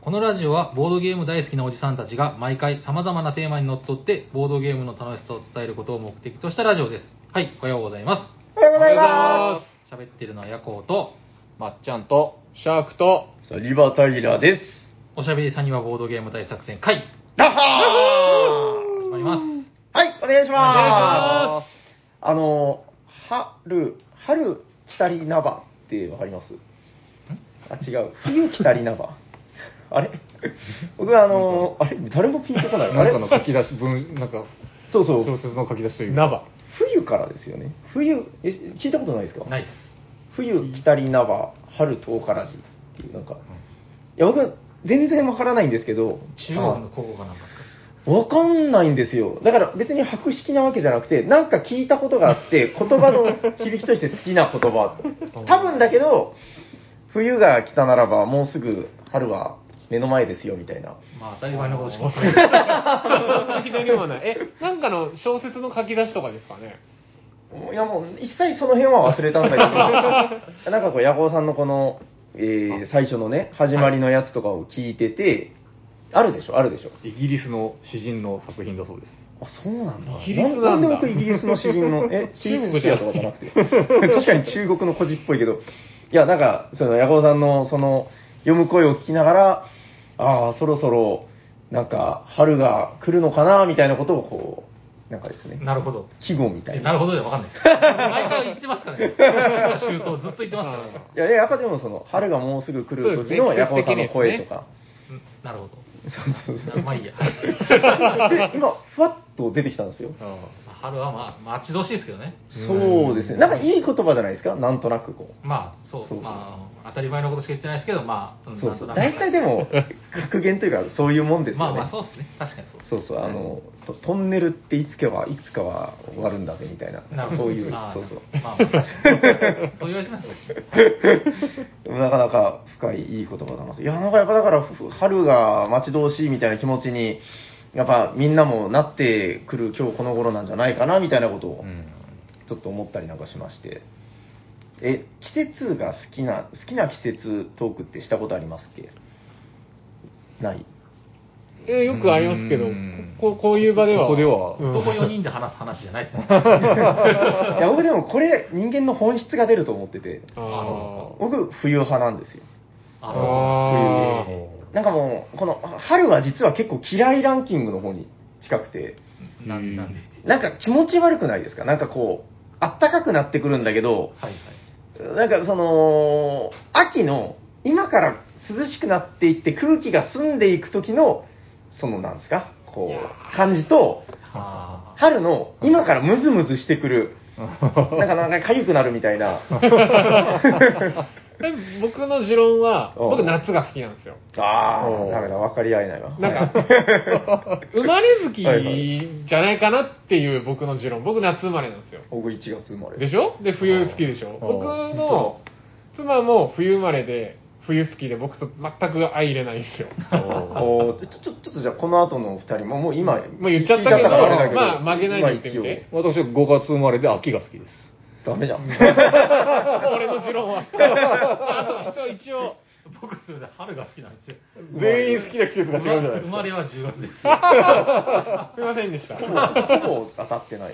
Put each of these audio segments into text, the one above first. このラジオはボードゲーム大好きなおじさんたちが毎回様々なテーマにのっとってボードゲームの楽しさを伝えることを目的としたラジオです。はい、おはようございまおはようございおはようござまいますすす。喋ってるのはヤコウと、まっちゃんと、シャークと、サリバタイラです。おしゃべりさんにはボードゲーム大作戦会、ダッハ始まります。ーはい、お願いしお願ます。あの、春、春来たりなばってわかりますあ、違う。冬来たりなば。あれ僕はあの、あれ誰もピンとこない。あなんかのれ書き出し、文、なんか、そうそう。小説の書き出しというか。ナバ。冬からですよね。冬、え聞いたことないですかナイス。冬来たりなば、春遠からじっていう、なんか。いや、僕、全然わからないんですけど。中国の高校かなんかですかわかんないんですよ。だから別に白式なわけじゃなくて、なんか聞いたことがあって、言葉の響きとして好きな言葉。多分だけど、冬が来たならば、もうすぐ春は目の前ですよ、みたいな。まあ当たり前のことしか左でもない。 え、なんかの小説の書き出しとかですかね。いやもう、一切その辺は忘れたんだけど、なんかこう、ヤゴさんのこの、えー最初のね、始まりのやつとかを聞いてて、あるでしょ、あるでしょ。イギリスの詩人の作品だそうです。あ、そうなんだ。イギリスなんだんで僕イギリスの詩人の、 え、中国じじゃゃとかじゃなくて。確かに中国の孤児っぽいけど。いや、なんか、その、ヤゴウさんの、その、読む声を聞きながら、ああ、そろそろ、なんか、春が来るのかな、みたいなことを、こう、なんかですね、 なるほど。季語みたえいなな。るほどでわかんないです。毎回言ってますからね。春夏秋冬ずっと言ってますからね。いや、やっぱでもその、春がもうすぐ来る時そのうでヤすゴねウさんの声とか。うんなるほど。そうそうまあ いいや。そうで、今、ふわっと出てきたんですよ。春はまあ待ち遠しいですけどね。そうですね。なんかいい言葉じゃないですか、なんとなくこう。まあそうそうそうまあ当たり前のことしか言ってないですけど、まあ、んそうそう。なんとな大く体でも、格言というか、そういうもんですよね。まあまあそうですね。確かにそうです。そうそう、あの、トトンネルっていつかは、いつかは終わるんだぜ、みたいな。そういう、まあそうそう。まあまあ確か に。そう言われてますそうですねなかなか深い、いい言葉だなと。いや、なんかやっぱだから、ふ春が待ち遠しいみたいな気持ちに、やっぱみんなもなってくる今日この頃なんじゃないかな、みたいなことを、ちょっと思ったりなんかしまして。え、季節が好きな、好きな季節トークってしたことありますっけないえ、よくありますけどうん、ここういう場では。ここではうん男4人で話す話じゃない ですね。いや僕でもこれ人間の本質が出ると思っててあ僕冬派なんですよあ。あああ。なんかもうこの春は実は結構嫌いランキングの方に近くてそう。なんなんで。なんか気持ち悪くないですかなんかこうあったかくなってくるんだけどはいはい。なんかその秋の今から涼しくなっていって空気が澄んでいく時のそのなんですかこう感じとあ春の今からムズムズしてくるなんかなんか痒くなるみたいな で僕の持論は、うん僕夏が好きなんですよ。あおあうダメだ分かり合えないわなんか、 生まれ好きはいはじゃないかなっていう僕の持論。僕夏生まれなんですよ。僕1月生まれでしょで、冬好きでしょん僕の妻も冬生まれで、冬好きで僕と全く相入れないんですよ。おーちょちょちょっとじゃあこの後のお二人ももう今まあ言っちゃったけど聞いからあれだまあ曲げないで言ってみて今私は5月生まれで秋が好きです。一応ダメじゃん俺の持論は。あと、一応、一応、あ。僕はすみません、春が好きなんですよ。全員好きな季節が違うじゃな生いですまか。れは10月 です。すいませんでした。 ほぼ当たって ない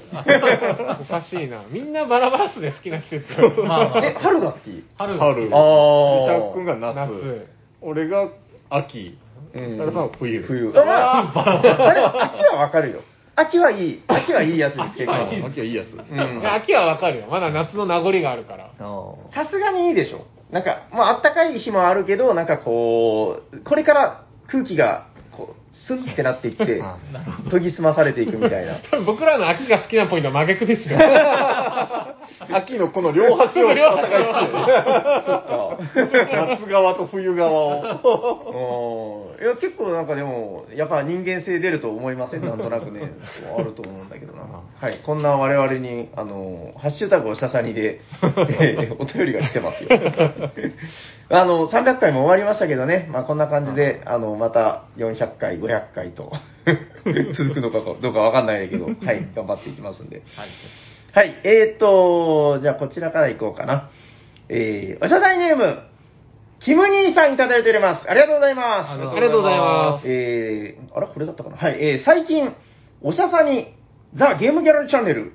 おかしいな。みんなバラバラっすで好きな季節。まあまえあ。春が好き春が好き春。あーシャーク君が夏。夏俺が秋。うんタラさんは冬。冬あまああれ秋はわかるよ秋はいい秋はいいやつです 結あ構秋はいいやつ。うんいや秋はわかるよ。まだ夏の名残があるから。さすがにいいでしょなんかまああったかい日もあるけどなんかこうこれから空気がこうスンってなっていって研ぎ澄まされていくみたいな多分僕らの秋が好きなポイントは真逆 ですよ。は 秋のこの両端を両端をお互い好きです夏側と冬側を。うんいや結構なんかでもやっぱ人間性出ると思い ませんなんとなくねあると思うんだけどなはいこんな我々にあの「ハッシュタグをしたさに で」えーお便りが来てますよ あの300回も終わりましたけどね、まあ、こんな感じであのまた400回500回 と続くのかどうかわかんないけどはい頑張っていきますんではい。はい、えーと、じゃあこちらから行こうかな。えー、おしゃさりネーム、キム兄さんいただいております。ありがとうございます。ありがとうございます。ありがとうございます。えー、あれこれだったかなはい、えー、最近、おしゃさに、ザ・ゲームギャラリーチャンネル、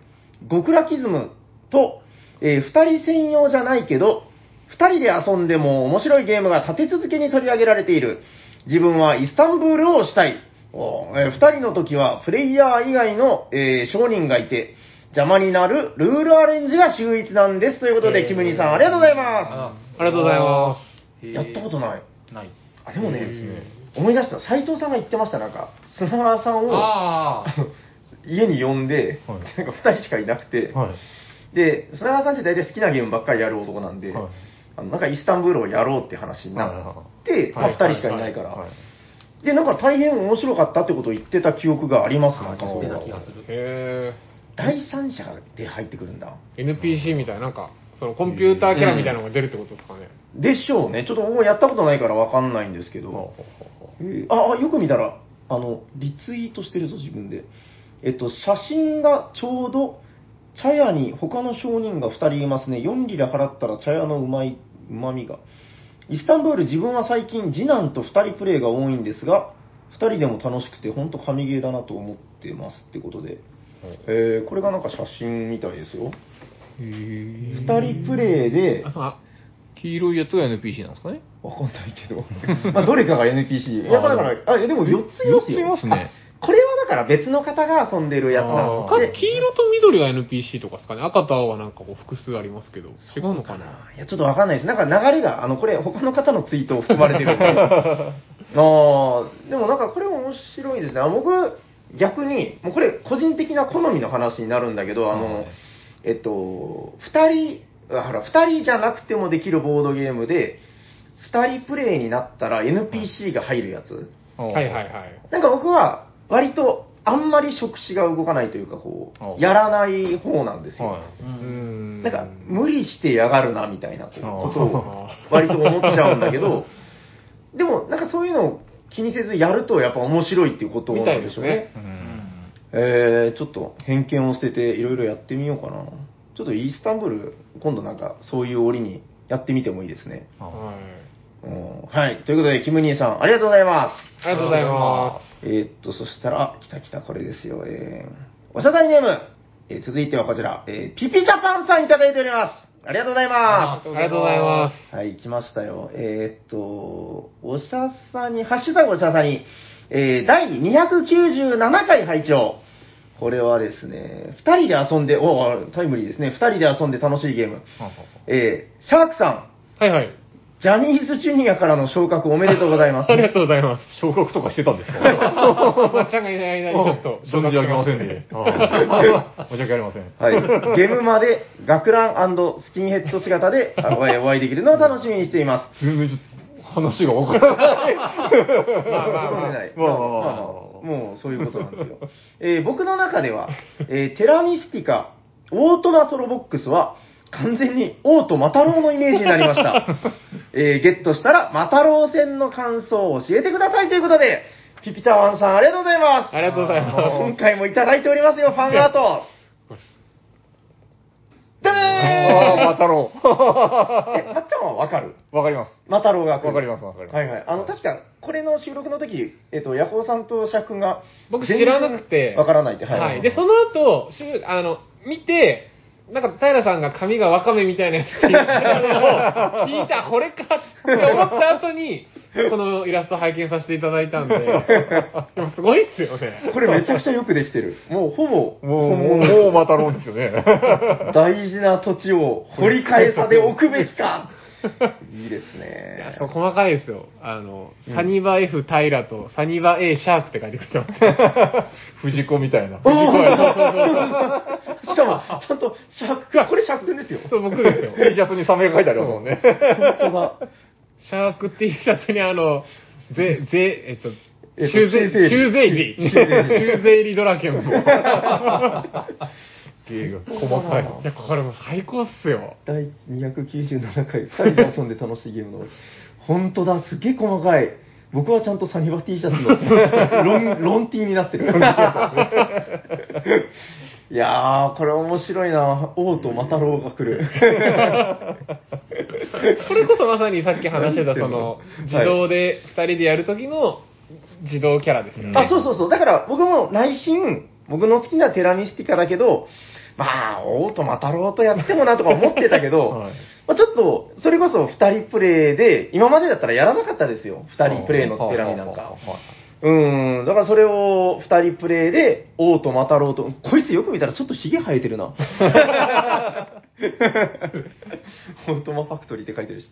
極楽イズムと、えー、二人専用じゃないけど、二人で遊んでも面白いゲームが立て続けに取り上げられている。自分はイスタンブールをしたい。おーえー二人の時はプレイヤー以外の、えー商人がいて、邪魔になるルールアレンジが秀逸なんです。ということで、キムニさんありがとうございまありがとうございますす。やったことない。とない。あでもねいいですね思い出した斎藤さんが言ってましたなんか砂川さんをああ。家に呼んで、はいなんか2人しかいなくて、はい。で砂川さんって大体好きなゲームばっかりやる男なんで、はいあのなんかイスタンブールをやろうって話になって、まあ、2人しかいないから、はいでなんか大変面白かったってことを言ってた記憶がありますなんかそそうういなう気がする。へ第三者で入ってくるんだえ。NPC みたいな、なんか、そのコンピューターキャラみたいなのが出るってことですかね。でしょうねちょっと僕もやったことないからわかんないんですけど、えーああよく見たらあのリツイートしてるぞ自分でえっと写真がちょうど茶屋に他の商人が2人いますね4リラ払ったら茶屋のうまいうまみがイスタンブール自分は最近次男と2人プレイが多いんですが2人でも楽しくて本当神ゲーだなと思ってますってことで、えーこれがなんか写真みたいですよ2人プレイであ、黄色いやつが NPC なんですかねわかんないけ ど。まあ、どれかが NPC。いや、まあだから、あ、いやでも4ついますよ。四ついますね。あこれはだから別の方が遊んでるやつなのかで。黄色と緑が NPC とかですかね。赤と青はなんかこう複数ありますけど、違うのかないや、ちょっとわかんないです。なんか流れが、あの、これ、他の方のツイートを含まれてるんで。 あーでもなんかこれ面白いですね。あ僕、逆に、もうこれ、個人的な好みの話になるんだけど、あの、えっと、二人、あほら、二人じゃなくてもできるボードゲームで、二人プレイになったら NPC が入るやつ。はいはいいはい。なんか僕は割とあんまり触手が動かないというかこああうやらない方なんですよは。ううーん。ん。なんか無理してやがるなみたいなこうああことを割と思っちゃうんだけど、でもなんかそういうのを気にせずやるとやっぱ面白いっていうことなんでしょうみたいでね。すい。うんえー、ちょっと偏見を捨てていろいろやってみようかな。ちょっとイースタンブール今度なんかそういう折にやってみてもいいですね。はい。うんはい。ということで、キム兄さん、ありがとうございます。ありがとうございま。えーっと、そしたら、あ来た来た、これですよ。えー、おしゃさりネーム、えー続いてはこちら、えー、ピピジャパンさんいただいております。ありがとうございますありがとうございます。す。はい、来ましたよ。えーっと、おしゃさに、ハッシュタグおしゃさに、えー、第297回拝聴これはですね、二人で遊んで、おータイムリーですね、二人で遊んで楽しいゲーム。えー、シャークさん、はいはい。ジャニーズジュニアからの昇格おめでとうござ います。ありがとうございます。昇格とかしてたんですかまっちゃんがいない 間にちょっ と、存じ上げませんで。はい申し訳ありません。はい。ゲームまで学ランスキンヘッド姿であお会いお会いできるのを楽しみにしています。全然ちょっと話が分からない。 まあまあごま存あじないまあまあまあもうそういうことなんですよ。えー僕の中では、えーテラミスティカ、オートマソロボックスは、完全に王とマタロウのイメージになりま した。えーゲットしたら、マタロウ戦の感想を教えてくださいということで、ピピタワンさんありがとうございます。ありがとうございます今回もいただいておりますよ、ファンアート。でーああ、またろえ、まっちゃんはわかるう。わかります。マタロウが来るわかりますわかりますはいはい。あの、確か、これの収録の時、えっと、ヤホーさんとシャク君が、僕知らなくて。わからないって、はい、で、その後、しゅあの、見て、なんか、平さんが髪がワカメみたいなやつって 言ったのを聞いた、これかって思った後に、このイラスト拝見させていただいたんで、でもすごいっすよね。これめちゃくちゃよくできてる。もうほぼ、もう、もう、本もう物またろうですよね。大事な土地を掘り返さで置くべきか。いいですいやね。そう細かいですよ。あの、サニバ F 平とサニバ A シャークって書いてくれてます。 藤子みたいな。おー しかも、ちゃんと、シャク君、これシャク君ですよ。そう、僕ですよ。 T シャツにサメが書いてありますもん ね。本当だ。シャーク T シャツにあの、ぜ、ぜ、えっと、えっとシューゼイシューゼイリシューゼイリシューゼイリドラケンも。芸が細かい。いや、これもう最高っすよ。第297回、2人で遊んで楽しいゲームの、本当だ、すげえ細かい。僕はちゃんとサニバ T シャ ツのロン、ロン T になってる。い やー、これ面白いな。王とマタロウが来る。それこそまさにさっき話してた、その、自動で2人でやる時の自動キャラですよね。あ、そうそうそう。だから僕も内心、僕の好きなテラミスティカだけど、まあ、オートマ太郎とやってもなとか思ってたけど、 はいまあ、ちょっと、それこそ2人プレイで、今までだったらやらなかったですよ。2人プレイのテラミなんか。うん、だからそれを2人プレイで、オートマ太郎と、こいつよく見たらちょっとヒゲ生えてる な。オートマファクトリーって書いてるし。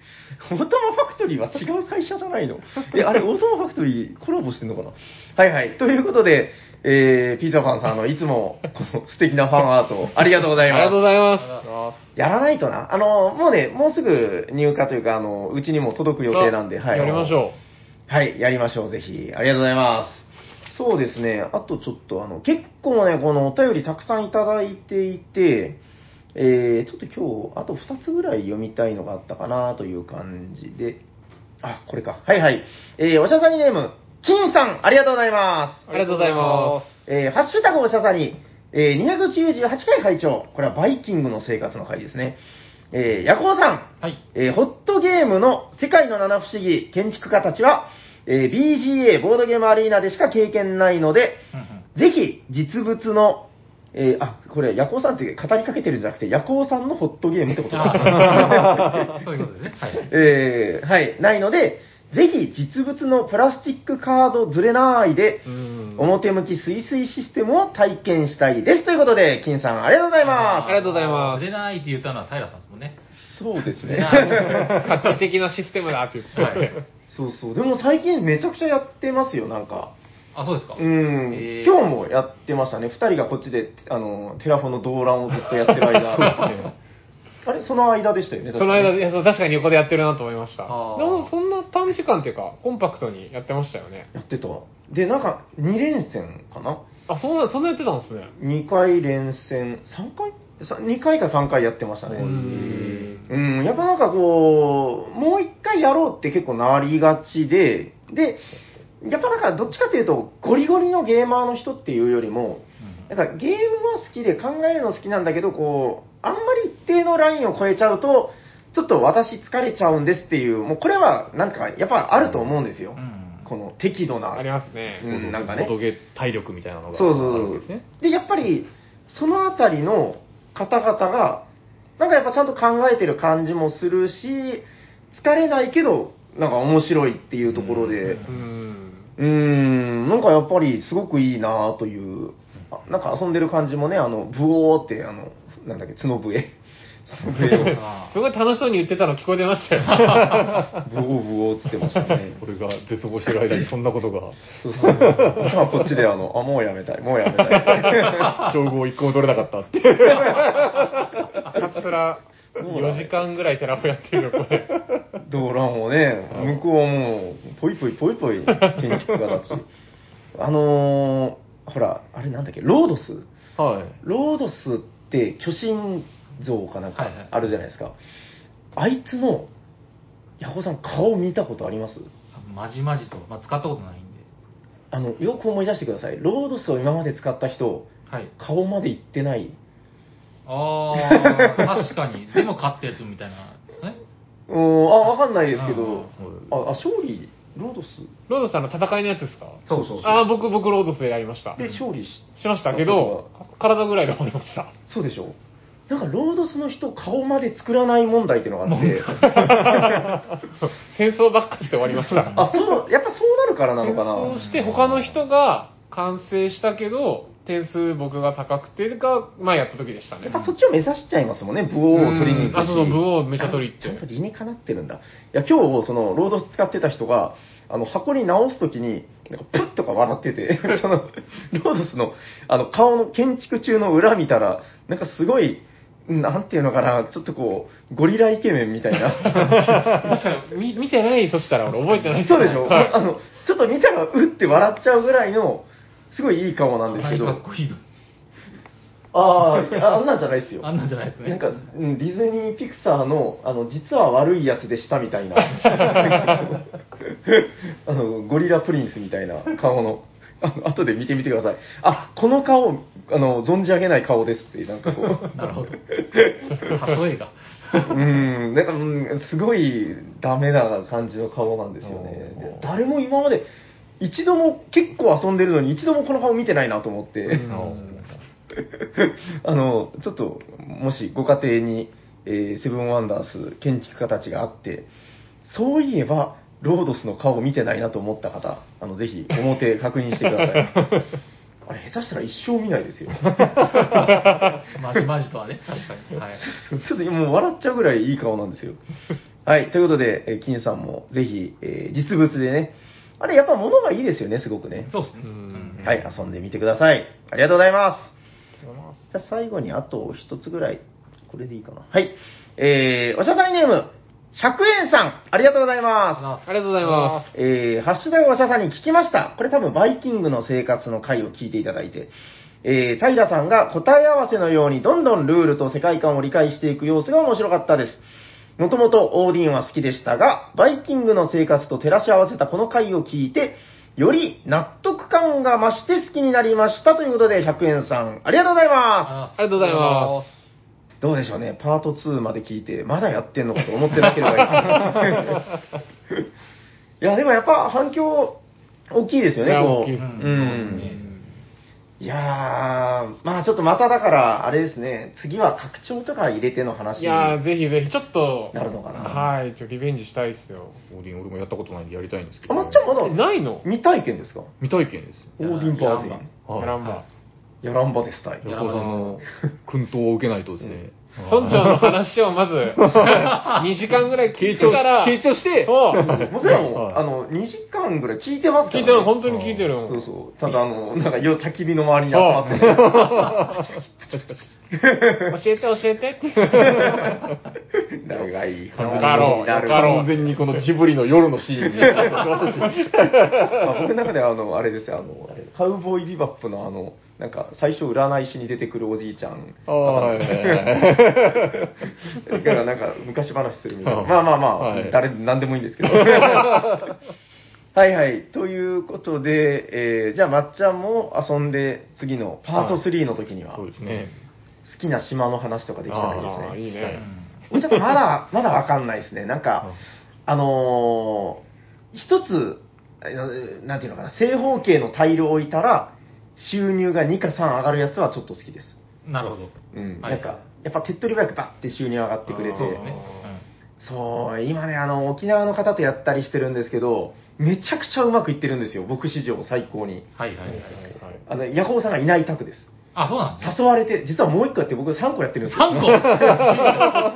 オートマファクトリーは違う会社じゃない のえ、あれ、オートマファクトリーコラボしてんのかなはいはい。ということで、えー、ピーザファンさん、あの、いつも、この素敵なファンアート、ありがとうござあいりますがとうご。ざいまやらないとな。あの、もうね、もうすぐ入荷というか、あの、うちにも届くす。予定なんで、はい。やりましょう。はい、やりましょう、ぜひ。ありがとうございます。そうですね、あとちょっと、あの、結構ね、このお便りたくさんいただいていて、えー、ちょっと今日、あと2つぐらい読みたいのがあったかなという感じで、あ、これか。はいはい。えー、おしゃさにネーム、金さん、ありがとうございます。う。ありがとうございまえーハッシュタグおしゃさに、えー298回拝聴。これはバイキングの生活の回ですね。えー、ヤコウさん、はい。えーホットゲームの世界の七不思議建築家たちは、えー BGA、ボードゲームアリーナでしか経験ないので、うんうんぜひ実物の、えーあ、これ、ヤコウさんって語りかけてるんじゃなくて、ヤコウさんのホットゲームってこと あーそういうことですね。はい。えーはい、ないので、ぜひ実物のプラスチックカードずれないで、す。うん表向きすいすいシステムを体験したいです。ということで、金さん、ありがとうございます。ありがとうございますずれないって言ったのは平さんですもんね。そうですずれない。画期的なシステムだって言って。はい そうそう。でも最近めちゃくちゃやってますよ、なんか。あ、そうですか。うん、えー今日もやってましたね。二人がこっちで、あの、テラフォの動乱をずっとやってる 間。あれその間でしたよね、その間で、いやそう確かに横でやってるなと思いました。であーもそんな短時間っていうか、コンパクトにやってましたよね。やってた。で、なんか、二連戦かなあ、そんな、そんなやってたんですね。二回連戦、三回さ二回か三回やってましたね。うんうん、やっぱなんかこう、もう一回やろうって結構なりがちで、で、やっぱなんかどっちかっていうと、ゴリゴリのゲーマーの人っていうよりも、なんかゲームは好きで考えるの好きなんだけど、こう、あんまり一定のラインを超えちゃうと、ちょっと私疲れちゃうんですっていう、もうこれはなんかやっぱあると思うんですよ。うんこの適度な。ありますね。うん、なんかね。ボドゲ体力みたいなのがそうそあるうわそけうですね。で、やっぱり、そのあたりの方々が、なんかやっぱちゃんと考えてる感じもするし、疲れないけど、なんか面白いっていうところで、うん。うーん、なんかやっぱりすごくいいなという、あなんか遊んでる感じもね、あの、ブオーって、あの、なんだっけ、角笛。角笛 を、あすごい楽しそうに言ってたの聞こえてましたよ。ブオーブオーっつってましたね。俺が絶望してる間にそんなことが、そうそう。 今こっちであの、あ、もうやめたい、もうやめたい。称号一個も取れなかったって。ひたすら4時間ぐらいテラフォやってるよ、これ。 動乱をね、向こうはもう、ぽいぽいぽいぽい建築家 たち。あのー、ほら、あれなんだっけ、ロードスはい。ロードスって巨神像かなんかはいはいあるじゃないですか。あいつの、ヤホさん顔見たことありますーまじまじと、まあ、使ったことないんで。あの、よく思い出してください。ロードスを今まで使った人、はい。顔まで行ってない。ああ、確かに。でも勝ったやつみたいなですね。うーん、あ、わかんないですうけんど、あ、あ勝利、ロードスロードさんの戦いのやつですかそうそうそうああ、僕、僕ロードスでやりました。で勝利ししましたけど、体ぐらいで終わりました。そうでしょなんかロードスの人顔まで作らない問題っていうのがあって、戦争ばっかして終わりました。 あ、そう、やっぱそうなるからなのかそうな。して他の人が完成したけど、点数僕が高くてが、まあやった時でしたね。やっぱそっちを目指しちゃいますもんね、ブオーを取りに行くあ、し。そうそう、武王めっちゃ取りちゃん行っとて。理にかなってるんだ。いや、今日、その、ロードス使ってた人が、あの、箱に直すときに、なんか、プッとか笑ってて、 その、ロードスの、あの、顔の建築中の裏見たら、なんかすごい、なんていうのかな、ちょっとこう、ゴリライケメンみたいな。確かに、み見てない、そしたら俺覚えて ないそうでし ょ、はいあの、ちょっと見たら、うって笑っちゃうぐらいの、すごいいい顔なんですはけい、ど。かっこいいの。あーいやあんなんじゃないですよ。 あんなんじゃないですね。なんか、うんディズニー・ピクサーの、あの、実は悪いやつでした みたいな。あの、ゴリラプリンスみたいな顔の。あの後で見てみてください。あ、この顔、あの、存じ上げない顔ですって、なんかこう。なるほど。例えが。うん、なんか、うんすごいダメな感じの顔なんですよね。おーで誰も今まで、一度も結構遊んでるのに一度もこの顔見てないなと思って、 あの、ちょっと、もしご家庭に、えーセブンワンダース建築家たちがあって、そういえば、ロードスの顔を見てないなと思った方、あの、ぜひ、表確認してくださ い。あれ、下手したら一生見ないですよ。まじまじとはね、確かに。はい。 ちょっと今もう笑っちゃうぐらいいい顔なん ですよ。はい、ということで、えー金さんもぜひ、えー実物でね、あれやっぱ物がいいですよね、すごくね。そうですね。んはい、遊んでみてください。ありがとうございます。じゃあ最後にあと一つぐらい、これでいいかな。はい、えー、おしゃさんにネーム、100円さん、ありがとうございます。ありがとうございまえー、ハッシュタグおしゃさんに聞きました。これ多分バイキングの生活の回を聞いていただいて、えー、平さんが答え合わせのようにどんどんルールと世界観を理解していく様子が面白かったです。もともとオーディンは好きでしたが、バイキングの生活と照らし合わせたこの回を聞いて、より納得感が増して好きになりましたということで、100円さん、ありがとうございます。あ。ありがとうございますどうでしょうね、パート2まで聞いて、まだやってんのかと思ってなければいい。いや、でもやっぱ反響大きいですよね、いやこ大きいですうんそうですねいやー、まあちょっとまただから、あれですね、次は拡張とか入れての話す。いにやなー、ぜひぜひ、ちょっと、るのかな。はい、ちょ、リベンジしたいっすよ。オーディン俺もやったことないんでやりたいんですけあ、ど、まっちゃんまだえないの未体験ですか未体験ですよオーディンパーズイン。はいやらんば。やらんばですたい。やら横尾さんの薫陶を受けないとですね、村長の話をまず、2時間ぐらい聞いてから、傾聴してそう。僕らも、はいあの、2時間ぐらい聞いてますか聞いら、てる、本当に聞いてる。そうそう。ただ、あの、なんか、よ焚き火の周りに集まってね、 教えて、教えてって。長い話よかろうになるよかろう完全にこのジブリの夜のシーンにまあ僕の中ではあの、あれですよ、あの、あれカウボーイビバップのあの、なんか、最初占い師に出てくるおじいちゃん。あ はいだからなんか、昔話するみたいな。はいまあまあまあ、はい誰、なんでもいいんですけど。はいはい。ということで、えーじゃあ、まっちゃんも遊んで、次のパート3の時には、そう好ですねきな島の話とかできたらいいですね。ああ、いいうんね。ちょっとまだ、まだわかんないですね。なんか、あのー一つ、あのなんていうのかな、正方形のタイルを置いたら、収入が2か3上がるやつはちょっと好きです。なるほど。うん。はいなんか、やっぱ手っ取り早くバッて収入上がってくれて、あーそうですね。そう、今ね、あの、沖縄の方とやったりしてるんですけど、めちゃくちゃうまくいってるんですよ、僕史上最高にう。んはいはいはい。あの、ヤホーさんがいない卓です。あ、そうなんですね。誘われて、実はもう1個やって僕3個やってるんですよ。 3個 もう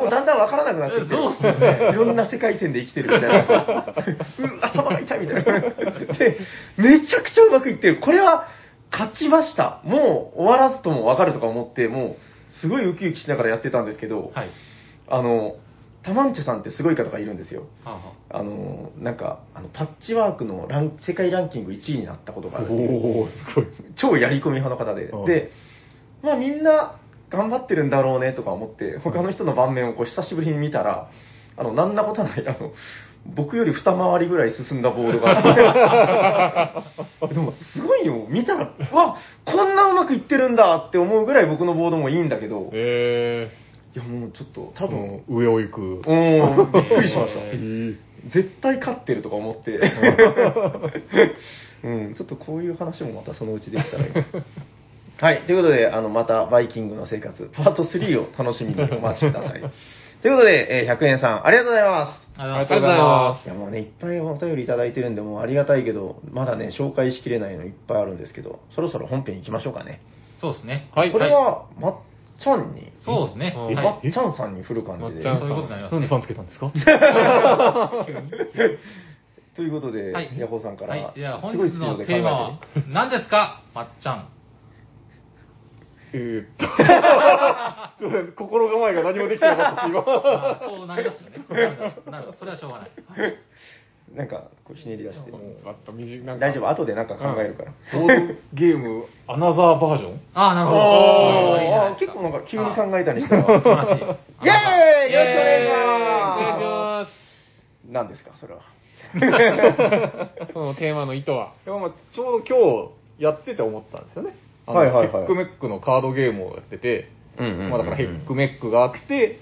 だんだんわからなくなってきてるそうっすよねいろんな世界線で生きてるみたい な。うん、頭が痛いみたいな。で、めちゃくちゃうまくいってる。これは勝ちました。もう終わらずともわかるとか思って、もうすごいウキウキしながらやってたんですけど、はい。あの、タマンチュさんってすごい方がいるんですよ。はあはあの、なんか、あのパッチワークのラン世界ランキング1位になったことがあるんですよおおすごい超やり込み派の方でうん、で、まあみんな頑張ってるんだろうねとか思って、他の人の盤面をこう久しぶりに見たら、あの、なんなことない、あの、僕より二回りぐらい進んだボードが。でも、すごいよ。見たら、うわ、こんなうまくいってるんだって思うぐらい僕のボードもいいんだけど、いえやもうちょっと、多多分、分上を行くうん、びっくりしました。え絶対勝ってるとか思 って、うん、ちょっとこういう話もまたそのうちできたらいい。 はい、ということで、あの、また、バイキングの生活、パート3を楽しみにお待ちください。ということで、えー100円さん、ありがとうございま。あ。ありがとうございますいや、もうね、いっぱいお便りいただいてるんで、もうありがたいけど、まだね、紹介しきれないのいっぱいあるんですけど、そろそろ本編行きましょうかね。す。そうですね。はいこれは、まっちゃんに、そうですね。うんはいえまっちゃんさんに振る感じまっでちゃん。そういうことになりますなんでね。さんつけたんですかということで、はい。ヤコウさんから、はい。じゃあす本ごい日スピードので考えテーてねマは何ですかまっちゃん。え ー心構えが何もできてなかったです、今。あーそうなりますよね。なるなる。それはしょうがない。はいなんか、こうひねり出して。あった、短いなんか大丈夫、後でなんか考えるから。ボードゲームアナザーバージョンああ、なるほど。あーあー、いいじ結ゃ構なんいかです急に考あえたりしてたー素晴らしい。イェーイよろしくお願いしお願いしまます何ですか、それは。す。そのテーマの意図は。いやまあちょうど今日やってて思ったんですよね。あのはいはいはいヘックメックのカードゲームをやってて、うんうんうんうんまあだからヘックメックがあって、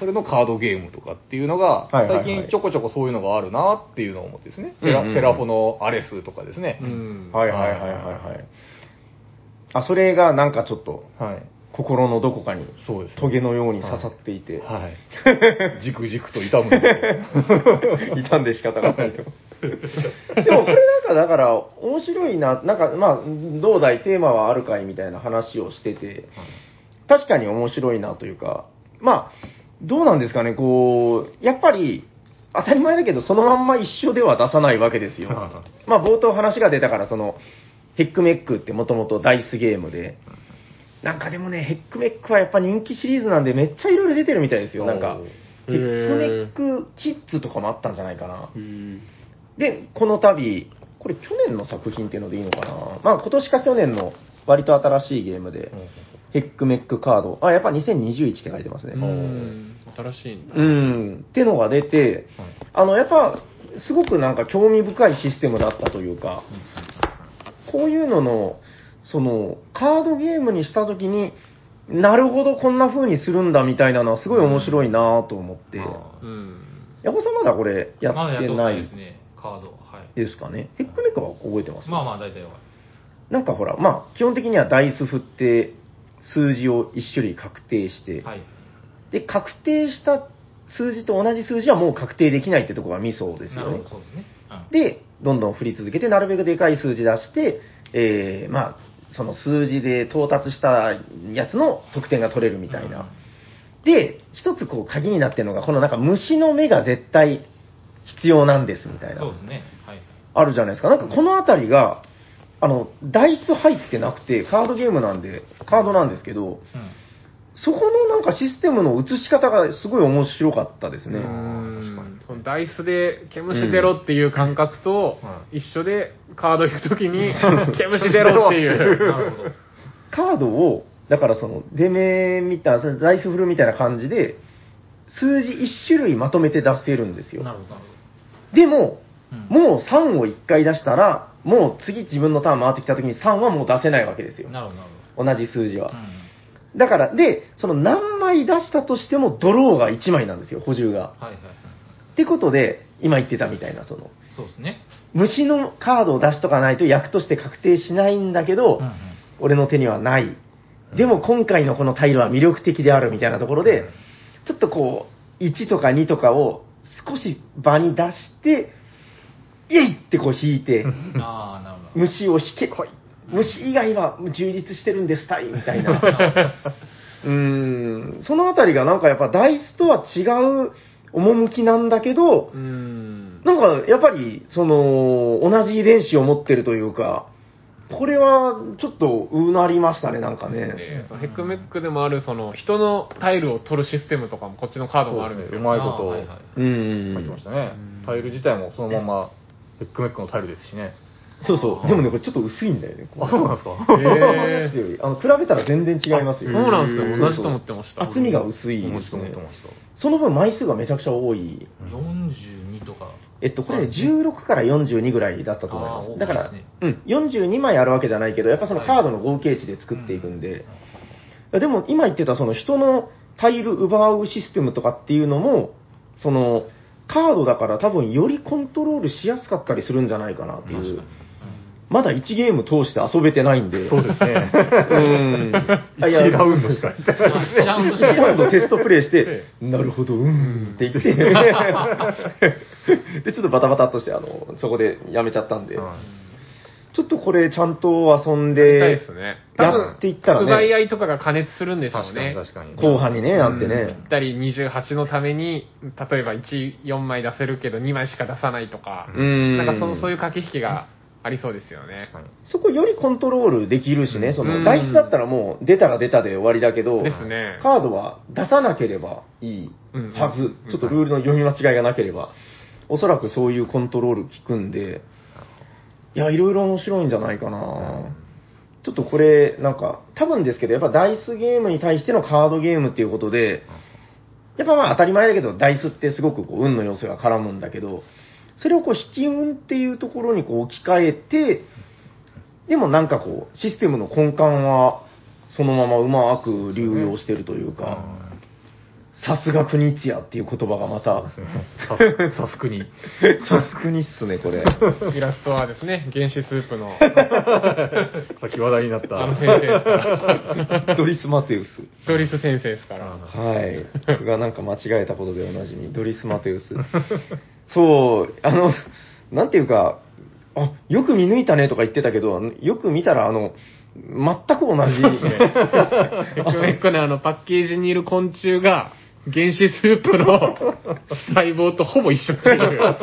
それのカードゲームとかっていうのはが、いはいはい最近ちょこちょこそういうのがあるなっていうのを思ってですね、うんうんテラテラフォのアレスとかですね、うん。はいはいはいはいはい。あ、それがなんかちょっと、はい、心のどこかに、そうです、トゲのように刺さっていて、 はい、じくじくと痛むんですよ 傷んで仕方が ないと。でもこれなんかだから面白いな、なんかまあ、どうだいテーマはあるかいみたいな話をしてて、確かに面白いなというか、まあ、どうなんですかね、こう、やっぱり、当たり前だけど、そのまんま一緒では出さないわけです よ。まあ、冒頭話が出たから、その、ヘックメックってもともとダイスゲームで、なんかでもね、ヘックメックはやっぱ人気シリーズなんで、めっちゃいろいろ出てるみたいですよ、なんか。おヘーックメックキッズとかもあったんじゃないかな。うん。で、この度、これ去年の作品っていうのでいいのかなまあ今年か去年の割と新しいゲームで、ヘックメックカード。あ、やっぱ2021って書いてますね。うん。新しいんだ。うん。ってのが出て、あの、やっぱ、すごくなんか興味深いシステムだったというか、こういうのの、その、カードゲームにしたときに、なるほどこんな風にするんだみたいなのはすごい面白いなと思って。うん。ヤコさんまだこれやまだっやてったことなないでいすね、カード。はい。ですかね。ヘックメックは覚えてますまあまあ、大体は。なんかほら、まあ、基本的にはダイス振って、数字を1種類確定して、はい。で、確定した数字と同じ数字はもう確定できないってとこがミソですなよるねほど、。そうですね。うんで、どんどん振り続けて、なるべくでかい数字出して、えー、まあ、その数字で到達したやつの得点が取れるみたいな。で、一つこう鍵になってるのが、このなんか虫の目が絶対必要なんですみたいな。そうですね。はい。あるじゃないですか。なんかこのあたりが、あの、ダイス入ってなくて、カードゲームなんで、カードなんですけど、 うんそこのなんかシステムの映し方がすごい面白かったですね。うんそのダイスで毛虫出ろっていう感覚と一緒でカード引くときに毛虫出ろっていう。なる ほど。カードを、だからその、出目みたいな、ダイス振るみたいな感じで、数字1種類まとめて出せるんですなよ。るほど、なるでも、ほど。もう3を1回出したら、もう次自分のターン回ってきた時に3はもう出せないわけですうよん。。なるほど、なる同じ数字はほど。。うんだから、で、その何枚出したとしてもドローが1枚なんですよ、補充が。はいはい。ってことで、今言ってたみたいな、その、そうですね。虫のカードを出しとかないと役として確定しないんだけど、うんうん俺の手にはない。でも今回のこのタイルは魅力的であるみたいなところで、ちょっとこう、1とか2とかを少し場に出して、イエイってこう引いて、ああ、なるほど。虫を引けこい。虫以外は充実してるんです、タイみたい な。うーん、そのあたりがなんかやっぱダイスとは違う趣なんだけど、うん。なんかやっぱり、その、同じ遺伝子を持ってるというか、これはちょっとうなりましたね、なんかね。でヘックメックでもあるその人のタイルを取るシステムとかもこっちのカードもあるんですうよ。まいこあーとはいはいうん入ってましたねうん。タイル自体もそのまま、ヘックメックのタイルですしね。そうそう。でもね、これちょっと薄いんだよね。あ、そうな んですかへー薄いあの比べたら全然違いますそうよ。なんですよ。そう同じそうと思ってました。厚みが薄い思でいすと思っねて。ました。その分枚数がめちゃくちゃ多い。 42とか。えっと、これね16から42ぐらいだったと思いまあーす。だから、多いでうん、42枚あるわけじゃないけど、やっぱそのはいカードの合計値で作っていくんで、でも今言ってたその人のタイル奪うシステムとかっていうのも、その、カードだから多分よりコントロールしやすかったりするんじゃないかなっていう。まだ1ゲーム通して遊べてないんで。そうです ね。うん。あいや1ラウンドしか行ってない。まあ違うんとしちてゃんもとテストプレイして、なるほど、うーんって 言って、で、ちょっとバタバタっとして、あの、そこでやめちゃったんで、ちょっとこれちゃんと遊んやりたいでで、すね。やっていったらね奪い合いとかが加熱するんでしょ確うかにね。確かに。後半にね、なんてうんねぴっ。たり28のために、例えば1、4枚出せるけど2枚しか出さないとか、うん。なんかそのそういう駆け引きがありそうですよね。確かにそこよりコントロールできるしね、そうの、んダイスだったらもう出たら出たで終わりだけど、ですね。カードは出さなければいいうんはず、ちょっとルールの読み間違いがなければ、おそらくそういうコントロール効くんで、いや、いろいろ面白いんじゃないかな、ちょっとこれ、なんか、多分ですけど、やっぱダイスゲームに対してのカードゲームっていうことで、やっぱまあ当たり前だけど、ダイスってすごくこう運の要素が絡むんだけど、それをこう引き運っていうところにこう置き換えて、でもなんかこう、システムの根幹は、そのままうまく流用してるというか、さすが国津屋っていう言葉がまた、さすくに。さす国っすね、こ れ。イラストはですね、原始スー プの、さっき話題になった。あの先生ですから。ドリス・マテウス。ドリス先生ですから。 はい。僕がなんか間違えたことでおなじみ、ドリス・マテウス。そう、あの、なんていうか、あ、よく見抜いたねとか言ってたけど、よく見たら、あの、全く同じ。一個一個ね、あの、パッケージにいる昆虫が、原始スープの細胞とほぼ一緒って いう。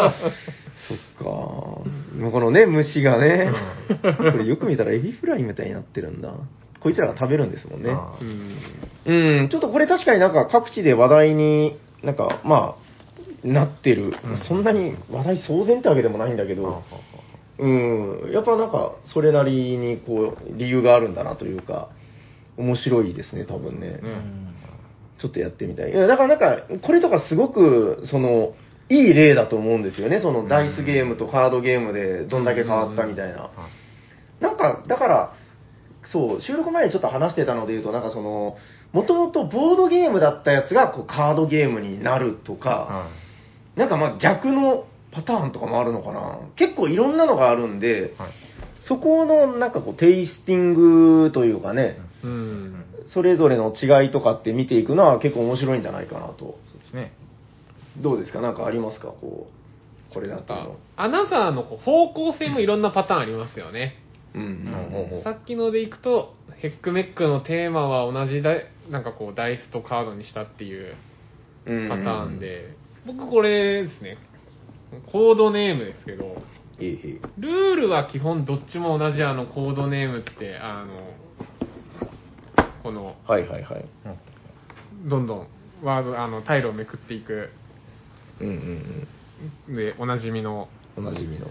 そっか。もうこのね、虫がね。これよく見たらエビフライみたいになってるんだ。こいつらが食べるんですもんね。あうーんうん、ちょっとこれ確かになんか各地で話題に、なんかまあ、なってる。うんそんなに話題騒然ってわけでもないんだけど、あうん、やっぱなんかそれなりにこう、理由があるんだなというか、面白いですね、多分ね。ーねちょっとやってみたい。いや、だからなんか、これとかすごく、その、いい例だと思うんですよね。そのダイスゲームとカードゲームでどんだけ変わったみたいな。あなんか、だから、そう、収録前にちょっと話してたので言うと、なんかその、もともとボードゲームだったやつがこうカードゲームになるとか、はなんかまあ逆のパターンとかもあるのかな。結構いろんなのがあるんでい、はいそこのなんかこうテイスティングというかね、うん。それぞれの違いとかって見ていくのは結構面白いんじゃないかなと。そうですね。どうですかなんかありますかこう、これだったの。アナザーのこう方向性もいろんなパターンありますよね。うんうんさっきのでいくと、ヘックメックのテーマは同じだい、なんかこう、ダイスとカードにしたっていううんうん。パターンで、僕これですね、コードネームですけど、いい。いいルールは基本どっちも同じあのコードネームって、あの、この、はいはいはい。うんどんどんワード、あの、タイルをめくっていく、うんうんで、おなじみのうん。おなじみの。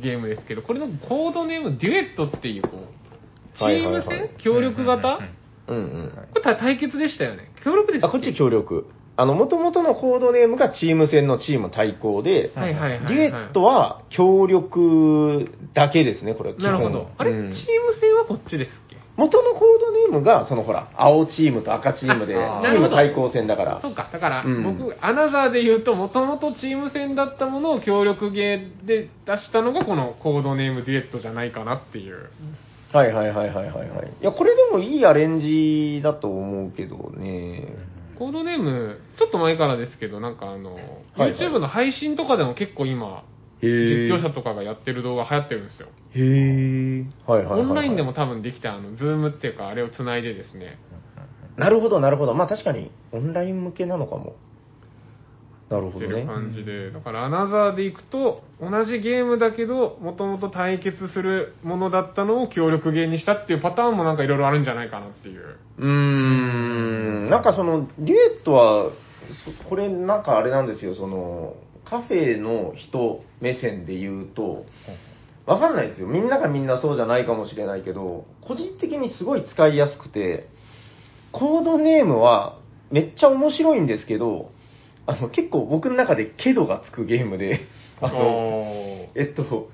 ゲームですけど、これのコードネーム、デュエットっていう、こう、チはいーはいはムい戦協力型うんうんうんうんうん。これた対決でしたよね。協力ですあ、こっち協力。あの、もともとのコードネームがチーム戦のチーム対抗で、はいはデいはいはい。ュエットは協力だけですね、これは基な本るほど。あれ、うんチーム戦はこっちですっけ元のコードネームが、そのほら、青チームと赤チームで、チあーーム対抗戦だから。そうか、だから、うん僕、アナザーで言うと、もともとチーム戦だったものを協力ゲーで出したのが、このコードネームデュエットじゃないかなっていう。はいはいはいはいはいはい。いや、これでもいいアレンジだと思うけどね。コードネーム、ちょっと前からですけど、なんかあの、はい YouTube の配信とかでも結構今、へー実況者とかがやってる動画流行ってるんですよ。へえ。はいはいはいはい。オンラインでも多分できた、あの、ズームっていうか、あれをつないでですね、なるほど、なるほど。まあ確かに、オンライン向けなのかも。なるっほてどるね。感じで、だからアナザーで行くと、同じゲームだけど、もともと対決するものだったのを協力ゲーにしたっていうパターンもなんかいろいろあるんじゃないかなっていう。うーん、なんかその、デュエットは、そこれなんかあれなんですよ、その、カフェの人目線で言うと、わかんないですよ。みんながみんなそうじゃないかもしれないけど、個人的にすごい使いやすくて、コードネームはめっちゃ面白いんですけど、あの、結構僕の中でけどがつくゲームで、あの、おえっと、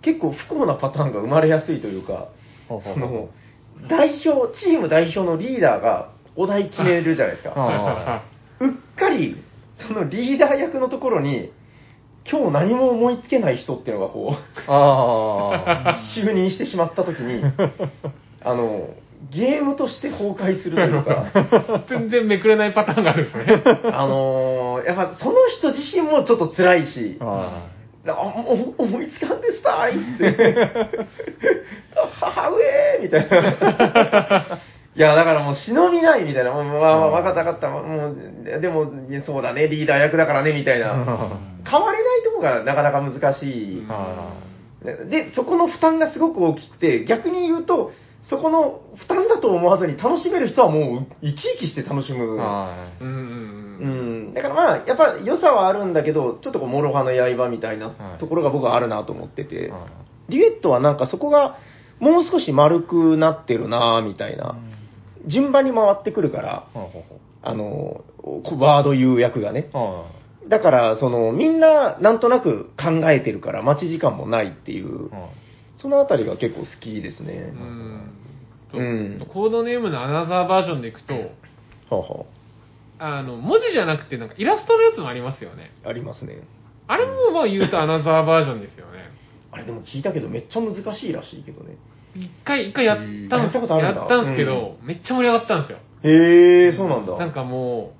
結構不幸なパターンが生まれやすいというか、ほうほうそほうの、代表、チーム代表のリーダーがお題決めるじゃないですあか。あうっかり、そのリーダー役のところに、今日何も思いつけない人っていうのがこう、ああ。 就任してしまった時に、あの、ゲームとして崩壊するという か、ー 全然めくれないパターンがあるんですね。 あのやっぱその人自身もちょっと辛いし、ああおお思いつかんでしたーい って。母上みたい な。いや、だからもう忍びないみたいな。もう、まあまあ、わかったわかった。もう、でも、いやそうだね、リーダー役だからね、みたいな。変われないとこがなかなか難しい。あで、そこの負担がすごく大きくて、逆に言うと、そこの負担だと思わずに楽しめる人はもう、生き生きして楽しむ。あうんううんうん。ん、だからまあ、やっぱ良さはあるんだけど、ちょっとこう、諸刃の刃みたいはないところが僕はあるなと思ってて、あデュエットはなんかそこがもう少し丸くなってるなみたいな、順番に回ってくるから、ほうほうほうあの、こうワード言う役がね。あだから、その、みんななんとなく考えてるから、待ち時間もないっていうあ、あそのあたりが結構好きですねう。んうんとコードネームのアナザーバージョンでいくと、はあはあの、文字じゃなくて、なんかイラストのやつもありますよね。ありますね。あれもまあ言うとアナザーバージョンですよね。あれでも聞いたけど、めっちゃ難しいらしいけどね。一回、一回やったんあやっですたことあるんだやったんですけど、めっちゃ盛り上がったんですよ。へえ、そうなんだ。なんかも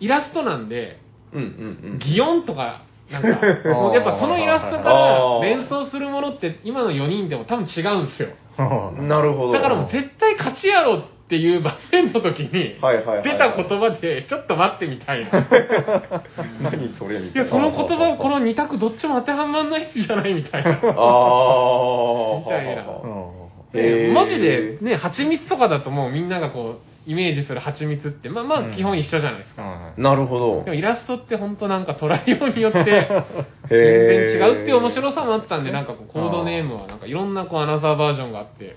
う、イラストなんで、うんうんうん。擬音とか、な んか、もうやっぱそのイラストから連想するものって今の4人でも多分違うんですよ。なるほど。だからもう絶対勝ちやろうっていう場面の時に、はいはいはいはい出た言葉で、ちょっと待ってみたいな。 何それみいたいや、な。その言葉をこの2択どっちも当てはまんないんじゃないみたい な。あー。みたいなはははでへー文字でね、蜂蜜とかだともうみんながこう、イメージする蜂蜜って、まあまあ基本一緒じゃないですか。なるほどで。もイラストって本当なんか捉えように よって、全然へー違うっていう面白さもあったんで、なんかこうコードネームはなんかいろんなこうアナザーバージョンがあって、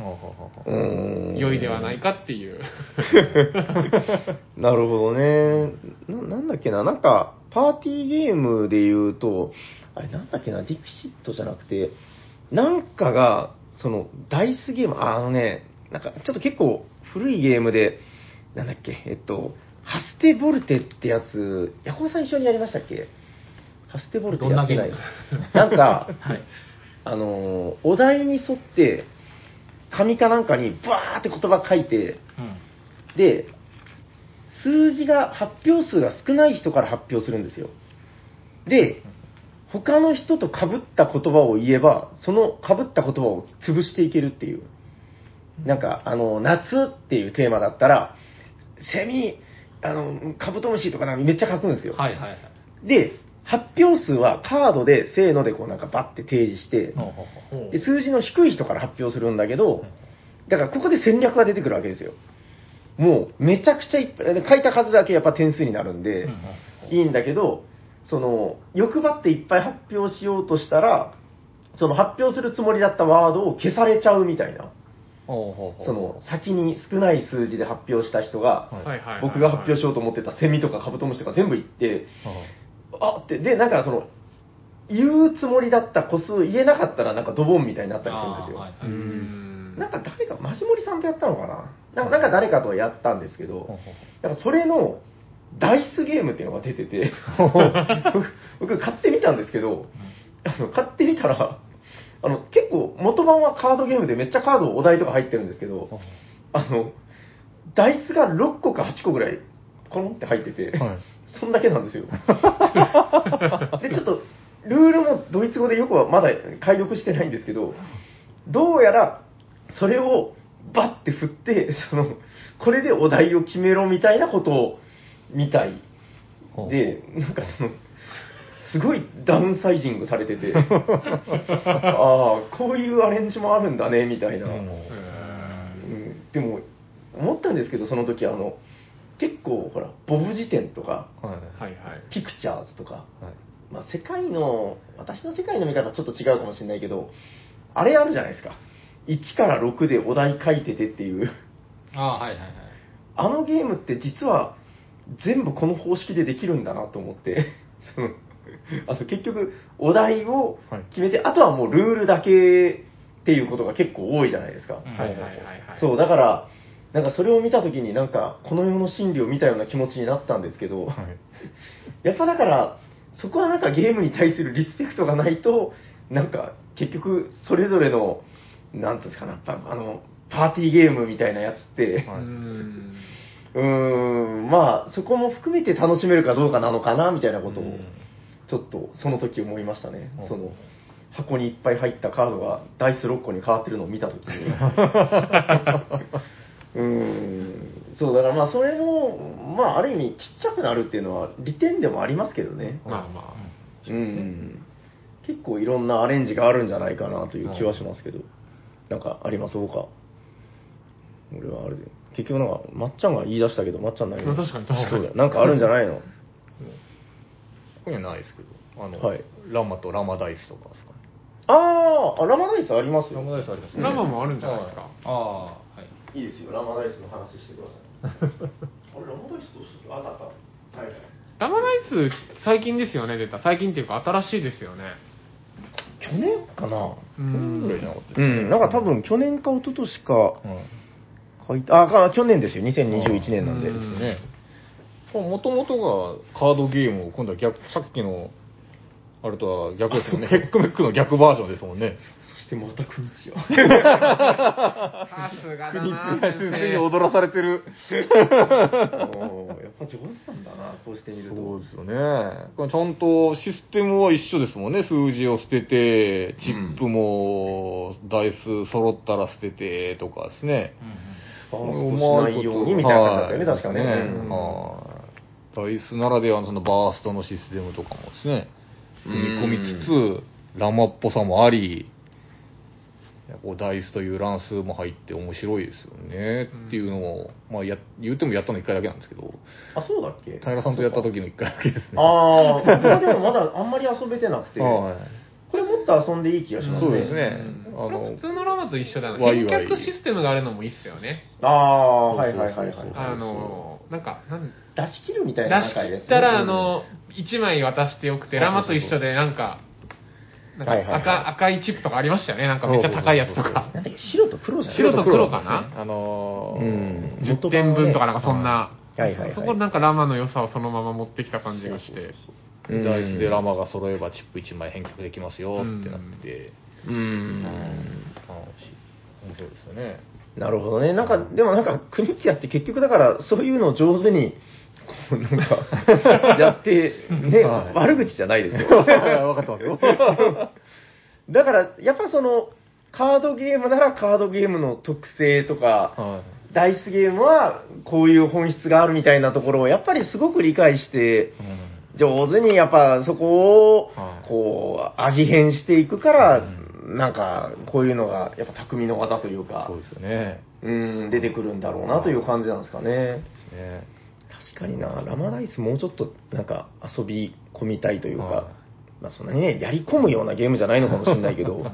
うーん良いではないかっていう。なるほどね。な、なんだっけな、なんか、パーティーゲームで言うと、あれなんだっけな、ディクシットじゃなくて、なんかが、その、ダイスゲーム、ああのね、なんか、ちょっと結構古いゲームで、なんだっけ、えっと、ハステボルテってやつ、ヤホーさん一緒にやりましたっけハステボルテやってないです。なんか、あのー、お題に沿って、紙かなんかにバーって言葉書いて、うん。で、数字が、発表数が少ない人から発表するんですよ。で、他の人と被った言葉を言えば、その被った言葉を潰していけるっていう。なんか、あの、夏っていうテーマだったら、セミ、あの、カブトムシとかなんかめっちゃ書くんですよ。はいはいはい。で、発表数はカードで、せーのでこうなんかバッて提示して、ほうほうほうで数字の低い人から発表するんだけど、だからここで戦略が出てくるわけですよ。もうめちゃくちゃいっぱい、で書いた数だけやっぱ点数になるんで、うんうんいいんだけど、その欲張っていっぱい発表しようとしたら、その発表するつもりだったワードを消されちゃうみたいな、その先に少ない数字で発表した人が、はいはいはい僕が発表しようと思ってたセミとかカブトムシとか全部言って、あって、で、なんかその、言うつもりだった個数言えなかったらなんかドボンみたいになったりするんですよ。あーはいうはいんなんか誰か、マジモリさんとやったのかななんかなんか誰かとやったんですけど、なんかそれのダイスゲームっていうのが出てて、僕僕買ってみたんですけど、あの買ってみたら、あの結構元版はカードゲームでめっちゃカードお題とか入ってるんですけど、あの、ダイスが6個か8個ぐらい、コロンって入ってて、はいそんだけなん ですよ。で、ちょっと、ルールもドイツ語でよくはまだ解読してないんですけど、どうやら、それをバッて振って、その、これでお題を決めろみたいなことを、みたい。で、なんかその、すごいダウンサイジングされて て、ああ、こういうアレンジもあるんだね、みたいな。うんでも、思ったんですけど、その時あの、結構、ほら、ボブ辞典とか、はいはい。ピクチャーズとか、まあ、世界の、私の世界の見方はちょっと違うかもしれないけど、あれあるじゃないですか。1から6でお題書いててっていう、あーはいはいはい。あのゲームって実は全部この方式でできるんだなと思って、 そのあの結局、お題を決めて、あとはもうルールだけっていうことが結構多いじゃないですか。うんはいはいはいはい。そう、だから、なんかそれを見たときに、なんか、この世の真理を見たような気持ちになったんですけど、 やっぱだから、そこはなんかゲームに対するリスペクトがないと、なんか、結局、それぞれの、なんつうんですかね、やっぱあの、パーティーゲームみたいなやつって、うーん。うーん、まあ、そこも含めて楽しめるかどうかなのかな、みたいなことを、ちょっと、その時思いましたね。その、箱にいっぱい入ったカードが、ダイス6個に変わってるのを見た時に。うーん、そう、だからまあ、それも、まあ、ある意味、ちっちゃくなるっていうのは、利点でもありますけどね。まあまうん。結構いろんなアレンジがあるんじゃないかなという気はしますけど。なんかあります他。俺はあれで。結局なんか、まっちゃんが言い出したけど、まっちゃん何うん確かに確かにそうだよなんかあるんじゃないのこにはないですけど、あの、はいラマとラマダイスとかですかね。あーあ、ラマダイスありますよ。ダイスありまあ。ラマもあるんじゃないですか。ああ、はい。いいですよ、ラマダイスの話してください。 あれ、ラマダイスどうしたあったあった。はい。ラマナイツ、最近ですよね、出た。最近っていうか、新しいですよね。去年かなうぐらいじゃんな。かったですうかん、なんか多分去年か一昨年かうん書いた、あ、か去年ですよ、2021年なんで。うんね。もともとがカードゲームを今度は逆、さっきの、あれとは逆ですもんね。ヘックメックの逆バージョンですもんね。そしてまた国一を。さすがだ国なに先国に生踊らされてる。おーやっぱ上手なんだな、こうしてみるそうと。ですよね。これちゃんとシステムは一緒ですもんね。数字を捨てて、チップも、ダイス揃ったら捨ててとかですね。バーストしないようにみたいな感じだったよね、はい確かね。うんはいダイスならではのそのバーストのシステムとかもですね、うん組み込みつつ、ラマっぽさもあり、いやこうダイスという乱数も入って面白いですよね、っていうのを、まあや、言うてもやったの1回だけなんですけど、あ、そうだっけ平さんとやった時の1回だけですね。ああ、僕はでもまだあんまり遊べてなくて、こはいれもっと遊んでいい気がしますね。そうですね。あこれの普、通のラマと一緒だなわい返わい却システムがあるのもいいっすよねああ、はいはいはいそうそうはあのなんかなんい。出し切るみた出いななんしかやつね切ったらあの1枚渡してよくてそうそうそラうマと一緒でなんかなんはいはいかはい赤赤いチップとかありましたよねなんかめっちゃ高いやつとそうそうかなんだっけ、白と黒じゃない白と黒かなあのうー、ん10点分とかなんかそんな、はいはいはいそこなんかラマの良さをそのまま持ってきた感じがして、うんダイスでラマが揃えばチップ1枚返却できますよってなってて、うん。楽しい面白いですよね。なるほどね。なんか、でもなんか、国ってやって結局だから、そういうのを上手に、こうなん か、やって、ね、はい悪口じゃないですよ。 分かってますよ。 だから、やっぱその、カードゲームならカードゲームの特性とか、はダイスゲームはこういう本質があるみたいなところをやっぱりすごく理解して、い。うん上手にやっぱそこをはいこう味変していくから、なんかこういうのがやっぱ匠の技というかそう、ですよね。うん、出てくるんだろうなという感じなんですかね。ね確かにな、ラマダイスもうちょっとなんか遊び込みたいというはか、まあそんなにね、やり込むようなゲームじゃないのかもしれないけ ど、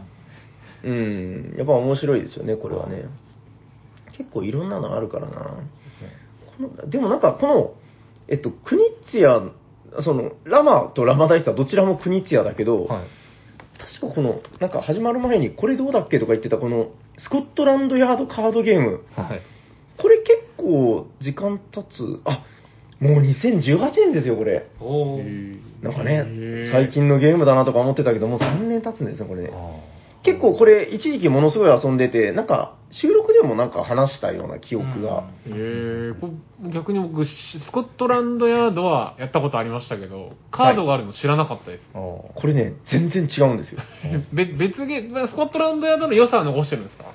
うん、やっぱ面白いですよね、これはね。結構いろんなのあるからな。このでもなんかこの、えっと、クニッチア、その、ラマとラマダイスはどちらもクニッチアだけど、はい。確かこの、なんか始まる前にこれどうだっけとか言ってたこの、スコットランドヤードカードゲーム。はい。これ結構時間経つ、あもう2018年ですよ、これ。おお。なんかへーね、最近のゲームだなとか思ってたけど、もう3年経つんですね、これね。結構これ、れ、一時期ものすごい遊んでて、なんか、収録でもなんか話したような記憶が。えー、こ逆に僕、しスコットランドヤードはやったことありましたけど、カードがあるの知らなかったです。あーこれね、全然違うんですよ。べ別ゲー、スコットランドヤードの良さは残してるんですか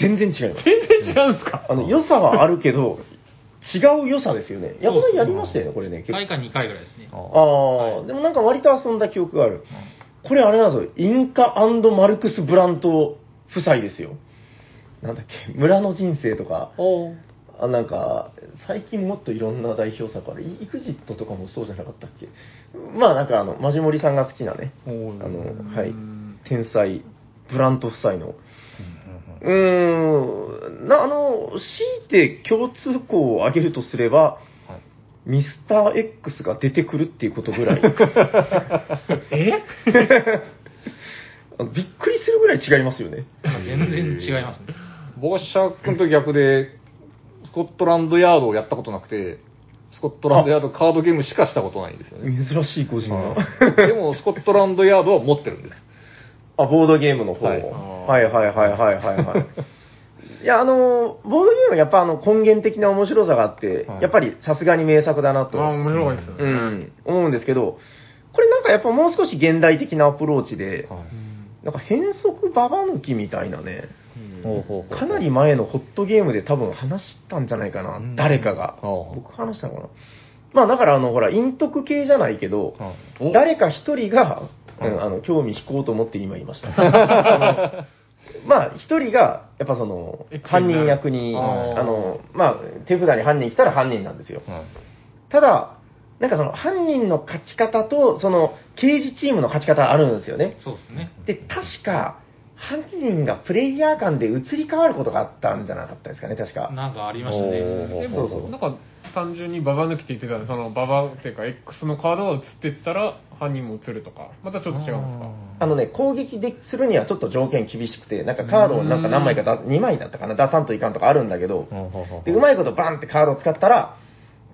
全然違います。全然違うんですかあの、良さはあるけど、違う良さですよね。やっぱりやりましたよね、これね、 1結構回か2回ぐらいですね。あああ、でもなんか割と遊んだ記憶がある。これあれなんですよ。インカマルクス・ブラント夫妻ですよ。なんだっけ、村の人生とか、おあなんか、最近もっといろんな代表作ある。イクジットとかもそうじゃなかったっけまあなんかあの、マジモリさんが好きなね、ーおあのーうんうん、はい、ん天才、ブラント夫妻の。うんうーん、な、あの、強いて共通項を挙げるとすれば、はいミスター X が出てくるっていうことぐらい。え あのびっくりするぐらい違いますよね。まあ全然違いますね。僕はシャークの時逆で、スコットランドヤードをやったことなくて、スコットランドヤードカードゲームしかしたことないんですよね。珍しい個人の。はいでも、スコットランドヤードは持ってるんです。あ、ボードゲームの方。ははいい、はいはいはいはい はい。いや、あの、ボードゲームはやっぱあの根源的な面白さがあって、はいやっぱりさすがに名作だなあーと、面白いですよね。うん、思うんですけど、これなんかやっぱもう少し現代的なアプローチで、なんか変則ババ抜きみたいなね、ほうほうほうかなり前のホットゲームで多分話したんじゃないかな、うん誰かが。はあ僕話したのかな。まあだからあの、ほら、陰徳系じゃないけど、はい誰か一人が、うんうんあの、興味引こうと思って今言いました。あのまあ、一人が、やっぱそのエ、クセル犯になる人役に、あーあの、まあ、手札に犯人来たら犯人なんですよ。はいただ、なんかその、犯人の勝ち方と、その、刑事チームの勝ち方あるんですよね。そうですね。で、確か、犯人がプレイヤー間で移り変わることがあったんじゃなかったですかね、確か。なんかありましたね。おでーそうそも、うなんか、単純にババ抜きって言ってたんで、そのババっていうか、X のカードが映ってったら、犯人も映るとか、またちょっと違うんですかあのね、攻撃でするにはちょっと条件厳しくて、なんかカードをなんか何枚かだ、2枚だったかな、出さんといかんとかあるんだけど、ほうほうほうで、うまいことバンってカードを使ったら、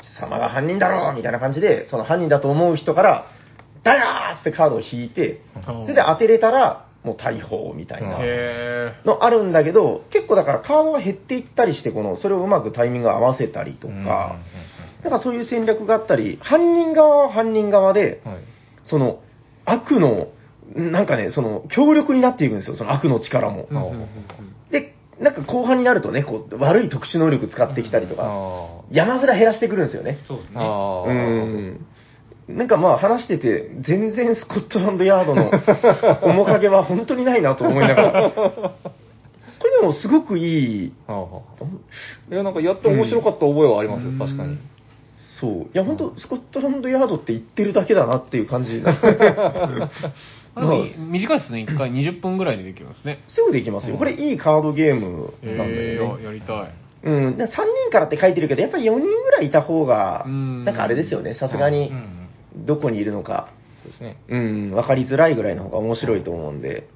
貴様が犯人だろうみたいな感じで、その犯人だと思う人から、だよーってカードを引いて、それで当てれたら、もう逮捕みたいな。へのあるんだけど、結構だからカードが減っていったりして、この、それをうまくタイミングを合わせたりとか、なんかそういう戦略があったり、犯人側は犯人側で、はい。その、悪の、なんかね、その、強力になっていくんですよ、その悪の力も。ー。うんで、なんか後半になるとね、こう、悪い特殊能力使ってきたりとか、あ山札減らしてくるんですよね。そうですあ。ね。ああ。うん。なんかまあ話してて、全然スコットランドヤードの面影は本当にないなと思いながら。これでもすごくいい、ああ。いや、なんかやって面白かった覚えはありますよ、うん確かに。そう。いや本当、スコットランドヤードって言ってるだけだなっていう感じ。あでも短いですね、1回20分ぐらいでできますね。すぐできますよ。これいいカードゲームなんだえよー、ね。ややりたい。うん。で3人からって書いてるけど、やっぱり4人ぐらいいた方が、うんなんかあれですよね。さすがうに、ん。どこにいるのか。そうですね。うん、分かりづらいぐらいの方が面白いと思うんで、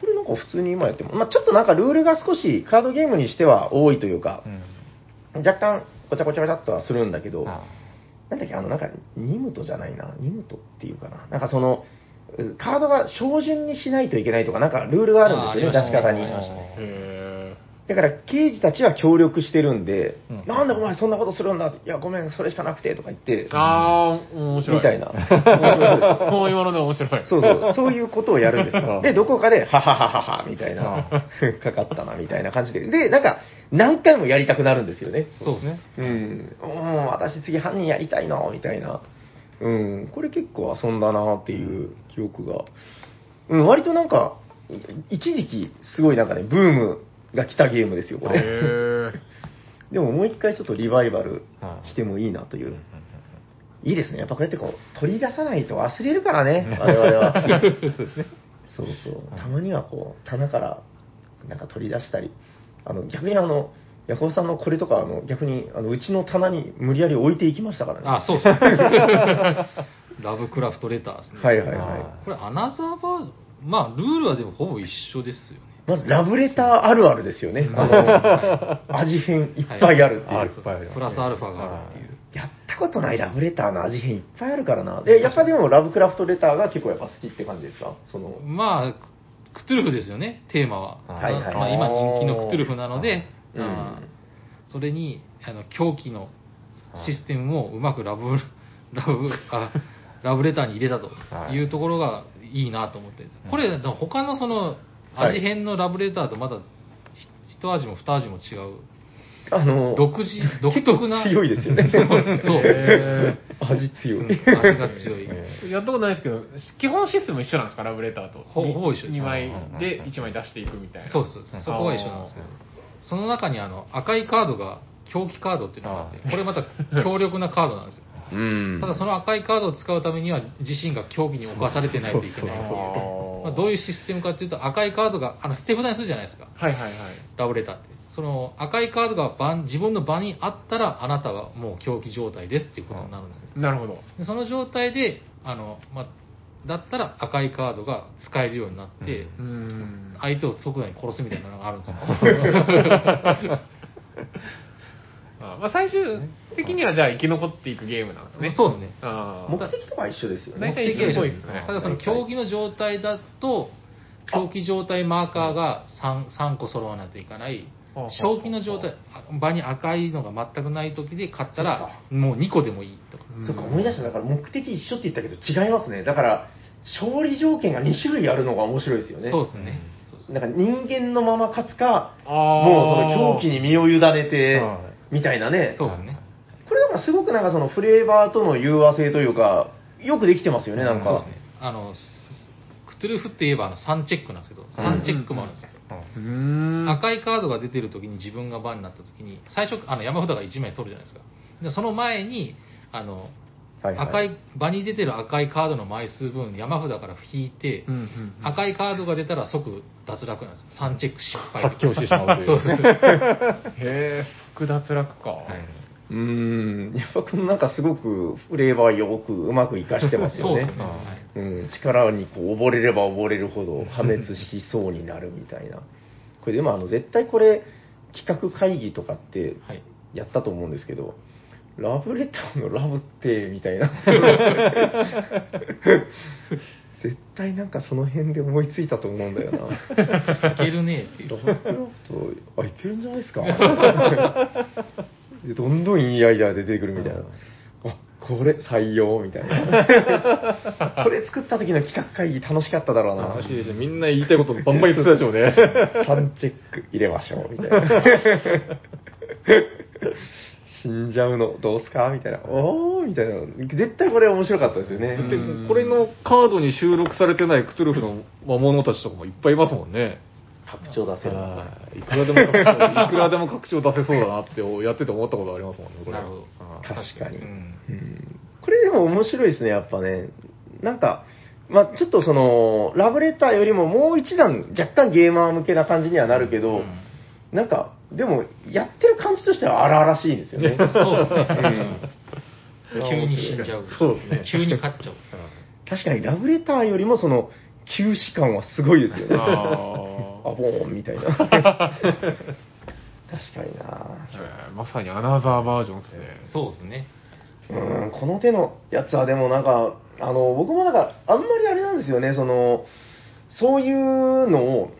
これなんか普通に今やっても、まあ、ちょっとなんかルールが少しカードゲームにしては多いというかう、ん。若干ごちゃごちゃごちゃっとはするんだけど、あなんだっけ、あの、なんか、ニムトじゃないな、ニムトっていうかな、なんかその、カードが照準にしないといけないとか、なんかルールがあるんですよね、ああ出し方にありましたね。へだから、刑事たちは協力してるんで、うんなんでお前そんなことするんだって、いや、ごめん、それしかなくて、とか言ってー。、あー、面白い。みたいな。も面白いですう今ので面白い。そうそう、そういうことをやるんですよ。で、どこかで、ははははは、みたいあな、かかったな、みたいな感じで。で、なんか、何回もやりたくなるんですよね。そうですね。うん。うん、私次犯人やりたいな、みたいな。うん、これ結構遊んだな、っていう記憶が。うん、割となんか、い一時期、すごいなんかね、ブームが来たゲームですよ、こへれ。ー。でももう一回ちょっとリバイバルあしてもいいなという。いいですね。やっぱこうやってこう、取り出さないと忘れるからね、我々は。そうそう。たまにはこう、棚からなんか取り出したり。あの、逆にあの、ヤコウさんのこれとか、あの、逆に、あの、うちの棚に無理やり置いていきましたからね。あ、そうですね。ラブクラフトレターですね。はいはいはあこれ、アナザーバード、まあ、ルールはでもほぼ一緒ですよね。い。まず、ラブレターあるあるですよね。あ の、味変いっぱいあるっていう。はいあるいっぱいありますねプラスアルファがあるっていう。やったことないラブレターの味変いっぱいあるからな。で、やっぱでもラブクラフトレターが結構やっぱ好きって感じですかその、まあ、クトゥルフですよね、テーマは。はいはいまあ、今人気のクトゥルフなので、うんあーそれにあの狂気のシステムをうまくラブ、 ラブ、あラブレターに入れたとはいいうところがいいなと思って、うんこれ、でも他のそのはい味変のラブレターとまだひ一味も二味も違う、あの、独 自、独特な、強いですよね。そう、へ 味強い。味が強い。えーやったことないですけど、基本システム一緒なんですか、ラブレターと。ほほぼ一緒です2枚で1枚出していくみたいな。そうですそうです、そこは一緒なんですけど、その中にあの赤いカードが狂気カードっていうのがあって、これまた強力なカードなんですよ。うんただその赤いカードを使うためには自身が競技に侵されてないといけないっていうまあどういうシステムかっていうと赤いカードがあの捨て札にするじゃないですかはいはいはい。ラブレターってその赤いカードが番自分の場にあったらあなたはもう競技状態ですっていうことになるんですよなるほど。でその状態であの、まあ、だったら赤いカードが使えるようになって、うーん。相手を即座に殺すみたいなのがあるん ですよあまあ、最終的にはじゃあ生き残っていくゲームなんですね。そうですねあー目的とか一緒ですよ大ね。体一緒っぽいですね。ただその競技の状態だと競技状態マーカーが 3, 三個揃わないといかないああ正気の状態あ場に赤いのが全くない時で買ったらもう2個でもいいとかうんそうか、思い出した。だから目的一緒って言ったけど違いますね。だから、勝利条件が2種類あるのが面白いですよね。そうですねそうですねなんか人間のまま勝つか、あーもうその狂気に身を委ねては、みたいなね。そうですねこれだからすごくなんかそのフレーバーとの融和性というか、よくできてますよね、なんそうでかす。ねあのすクトゥルフって言えばあの3チェックなんですけど3チェックもあるんですよあうーん。赤いカードが出てる時に自分が番になった時に最初あの山札が1枚取るじゃないですかでその前にあのはいはい赤い場に出てる赤いカードの枚数分山札から引いて、うんうんうん赤いカードが出たら即脱落なんです3チェック失敗発狂してしまうというそうそうそうへえ、複脱落か。うーん、やっぱこのなんかすごくフレーバーよくうまく活かしてますそようですねね。はいうん、力にこう溺れれば溺れるほど破滅しそうになるみたいな。これでもあの絶対これ企画会議とかってはいやったと思うんですけど、ラブレターのラブって、みた いな。絶対なんかその辺で思いついたと思うんだよな。いけるねっていう。ラブラフト、あ、いけるんじゃないですかでどんどんいいアイデアで出てくるみたいな。あ、これ採用みたいな。 これ作った時の企画会議楽しかっただろうな。楽しいでしょ。みんな言いたいことバンバン言ってたでしょ うね。 3チェック入れましょう、みたいな。死んじゃうの、どうすかみたいな。おーみたいな。絶対これ面白かったですよね。でこれのカードに収録されてないクトゥルフの魔物たちとかもいっぱいいますもんね。拡張出せる。はいいくらでも拡張、いくらでも拡張出せそうだなって、やってて思ったことありますもんね、これ。なるほどはい確かに。うんうんこれでも面白いですね、やっぱね。なんか、まあちょっとその、ラブレターよりももう一段若干ゲーマー向けな感じにはなるけど、なんか、でも、やってる感じとしては荒々しいんです よね。そうです ね。うん急に死んじゃう。そうですね急に勝っちゃう。確かにラブレターよりもその、休止感はすごいですよね。あ あボーンみたいな。確かになーまさにアナザーバージョンですね。そうですね。うん、この手のやつはでもなんか、あの、僕もなんか、あんまりあれなんですよね、その、そういうのを、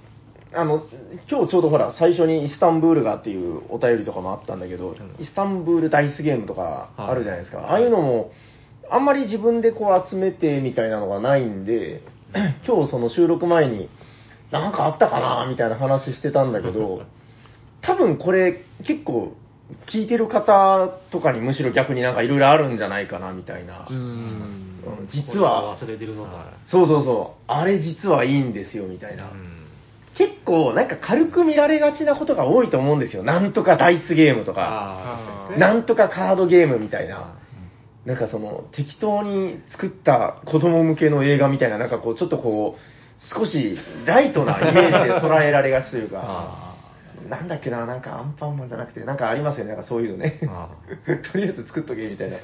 あの、今日ちょうどほら、最初にイスタンブールがっていうお便りとかもあったんだけど、イスタンブールダイスゲームとかあるじゃないですか。ああいうのも、あんまり自分でこう集めてみたいなのがないんで、今日その収録前に、なんかあったかなみたいな話してたんだけ ど、多分これ結構聞いてる方とかにむしろ逆になんかいろいろあるんじゃないかなみたいな、うん。うん実はこれ忘れてるぞと。そうそうそうあれ実はいいんですよみたいな、結構なんか軽く見られがちなことが多いと思うんですよなんとかダイスゲームとかああ、確かに。なんとかカードゲームみたいな、なんかその適当に作った子供向けの映画みたいななんかこうちょっとこう少しライトなイメージで捉えられがちというかなんだっけな、なんかアンパンマンじゃなくて、なんかありますよね、なんかそういうのね。 とりあえず作っとけみたいな。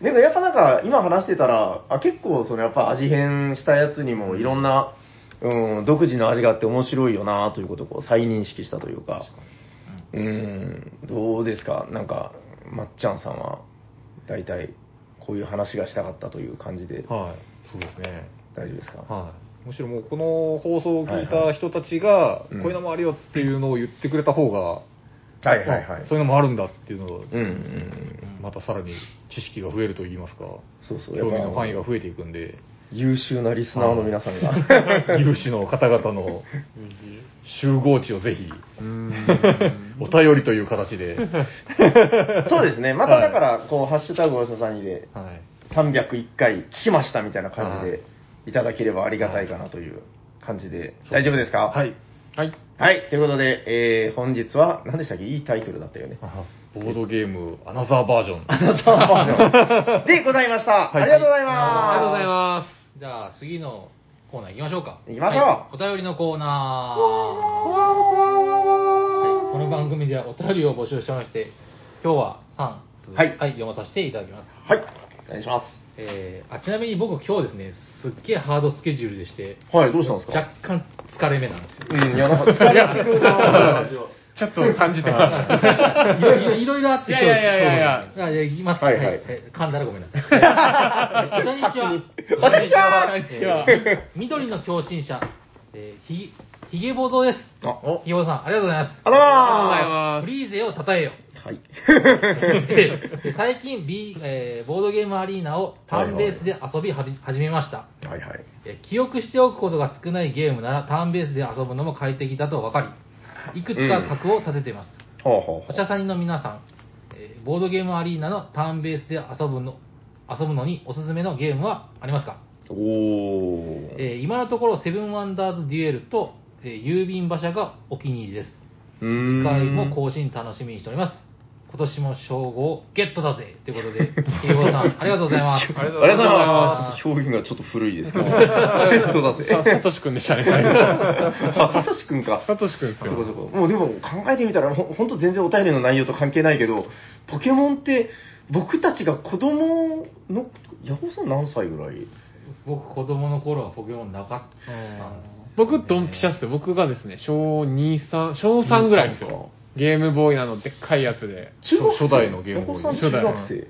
でもやっぱなんか、今話してたら、あ結構そのやっぱ味変したやつにもいろんな、うん、独自の味があって面白いよなということをこう再認識したというか。うん、どうですかなんか、まっちゃんさんは、大体、こういう話がしたかったという感じで、はい。そうですね。大丈夫ですかはい。むしろもうこの放送を聞いた人たちが、こいううんいうのもあるよっていうのを言ってくれた方が、はいはいはいあそういうのもあるんだっていうのを、うん、うんうん。またさらに知識が増えると言いますか、そうそう。興味の範囲やっがぱ増えていくんで、 優秀なリスナーの皆さんが。有志の方々の集合地をぜひ、うん。お便りという形で、 そうですね。まただから、こう、ハッシュタグおささんにで、はい。 301回聞きましたみたいな感じはいで、いただければありがたいかなという感じで、大丈夫ですか。はいい。はい。はい、ということで、えー、本日は、何でしたっけいいタイトルだったよね。ボードゲーム、アナザーバージョン。 で、ございました。はいありがとうございます。ありがとうございます。じゃあ、次のコーナー行きましょうか。行きましょうはいお便りのコーナー。はいこの番組ではお便りを募集してまして、今日は3通、はい読まさせていただきます。はい、お願いしまえーあちなみに僕今日ですね、すっげえハードスケジュールでして、す。はい、どうしたんです若か干疲れ目なん ですよ。うん、いや、なんか疲れてくるなぁ ちょっと感じ てまいす。ろいろいろいろあって、いやいやいやいやいそやうですねあじゃあ行きます。はいはいえ噛んだらごめんなさ い。初日は、初日は、えー 緑の共振者、えーひ、ひげぼぞです。あ、お、ひげぼぞさん、ありがとうございます。あらーあフリーゼを称え よ。はい。で最近、B えーボードゲームアリーナをターンベースで遊びはじ始めました。はいはい。えー記憶しておくことが少ないゲームならターンベースで遊ぶのも快適だと分かり、いくつか格を立てています。ほうほうほお茶さんの皆さん、えーボードゲームアリーナのターンベースで遊ぶの遊ぶのにおすすめのゲームはありますか、う。おー。えー今のところセブンワンダーズデュエルと、えー郵便馬車がお気に入りです。うーん次回も更新楽しみにしております。今年も称号ゲットだぜということで、 慶吾さん、ありがとうございます。ありがありがとうとうございございまます。表現がちょっと古いですけ ど。ゲットだぜ。 さサトシ君でしたね。あ、サトシ君か。サトシ君ですそこそよ。こ。もうでも考えてみたら、ほほんと全然お便りの内容と関係ないけど、ポケモンって僕たちが子供の、ヤホーさん何歳ぐらい僕、子供の頃はポケモンなかったんですす。僕、ドンピシャっすよ。僕がですね、小2、3、小3ぐらいですよ。ゲームボーイなのでっかいやつで。中学生初代のゲームボーイお子さん中学生。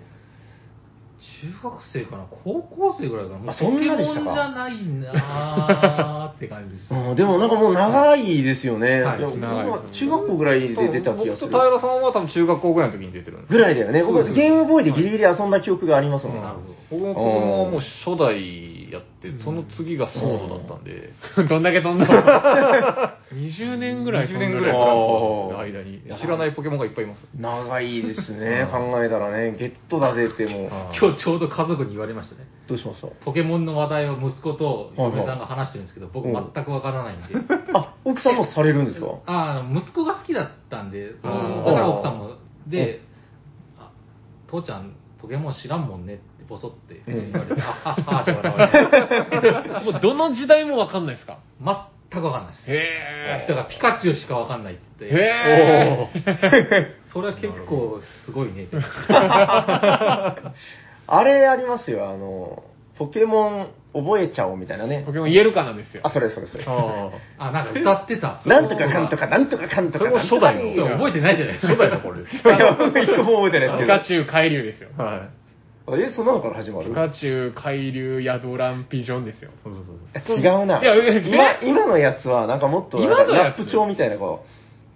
中学生かな高校生ぐらいかなもうあそんなでしポたかケモンじゃないなーって感じですうん、でもなんかもう長いですよね。はいいや僕長いは中学校ぐらいで出た気がする僕と。平さんは多分中学校ぐらいの時に出てるんですぐよらいだよね。僕そうですゲームボーイでギリギリ遊んだ記憶がありますもん。なるほど僕も子供はもう初代やって、その次がソードだったんで、どんだけ飛んだの ?20 年ぐらい飛20んだ年のぐらいかあかるんですよ間に。知らないポケモンがいっぱいいます。長いですね、考えたらね。ゲットだぜってもう。今日ちょうど家族に言われましたねどうしましたポケモンの話題を息子と嫁さんが話してるんですけど、僕うん全くわからないんで、あ、奥さんもされるんですかああ息子が好きだったんで、そあのーだから奥さんも、で、あ父ちゃん、ポケモン知らんもんねって、ぼそって言われて、あはっはって笑われて、もうどの時代もわかんないですか全くわかんないです。へだからピカチュウしかわかんないって言え。って、へえ。それは結構すごいねって。あれありますよ、あの、ポケモン覚えちゃおうみたいなねポ。ケモン言えるかなんですよあ、。それそれそれ。ああ、なんか歌ってた。 なんとかかんとか、なんとかかんとか。それも初代そうの。覚えてないじゃないですか。初代のこれです。いや、僕一個も覚えてないあ。ピでカすチュウ、海流ですよ。はい。けど。え、そんなのから始まるピカチュウ、海流、ヤドラン、ピジョンですよ。そうそうそう違うな。いやえ今、今のやつは、なんかもっと、今のやラつップ調みたいな、こ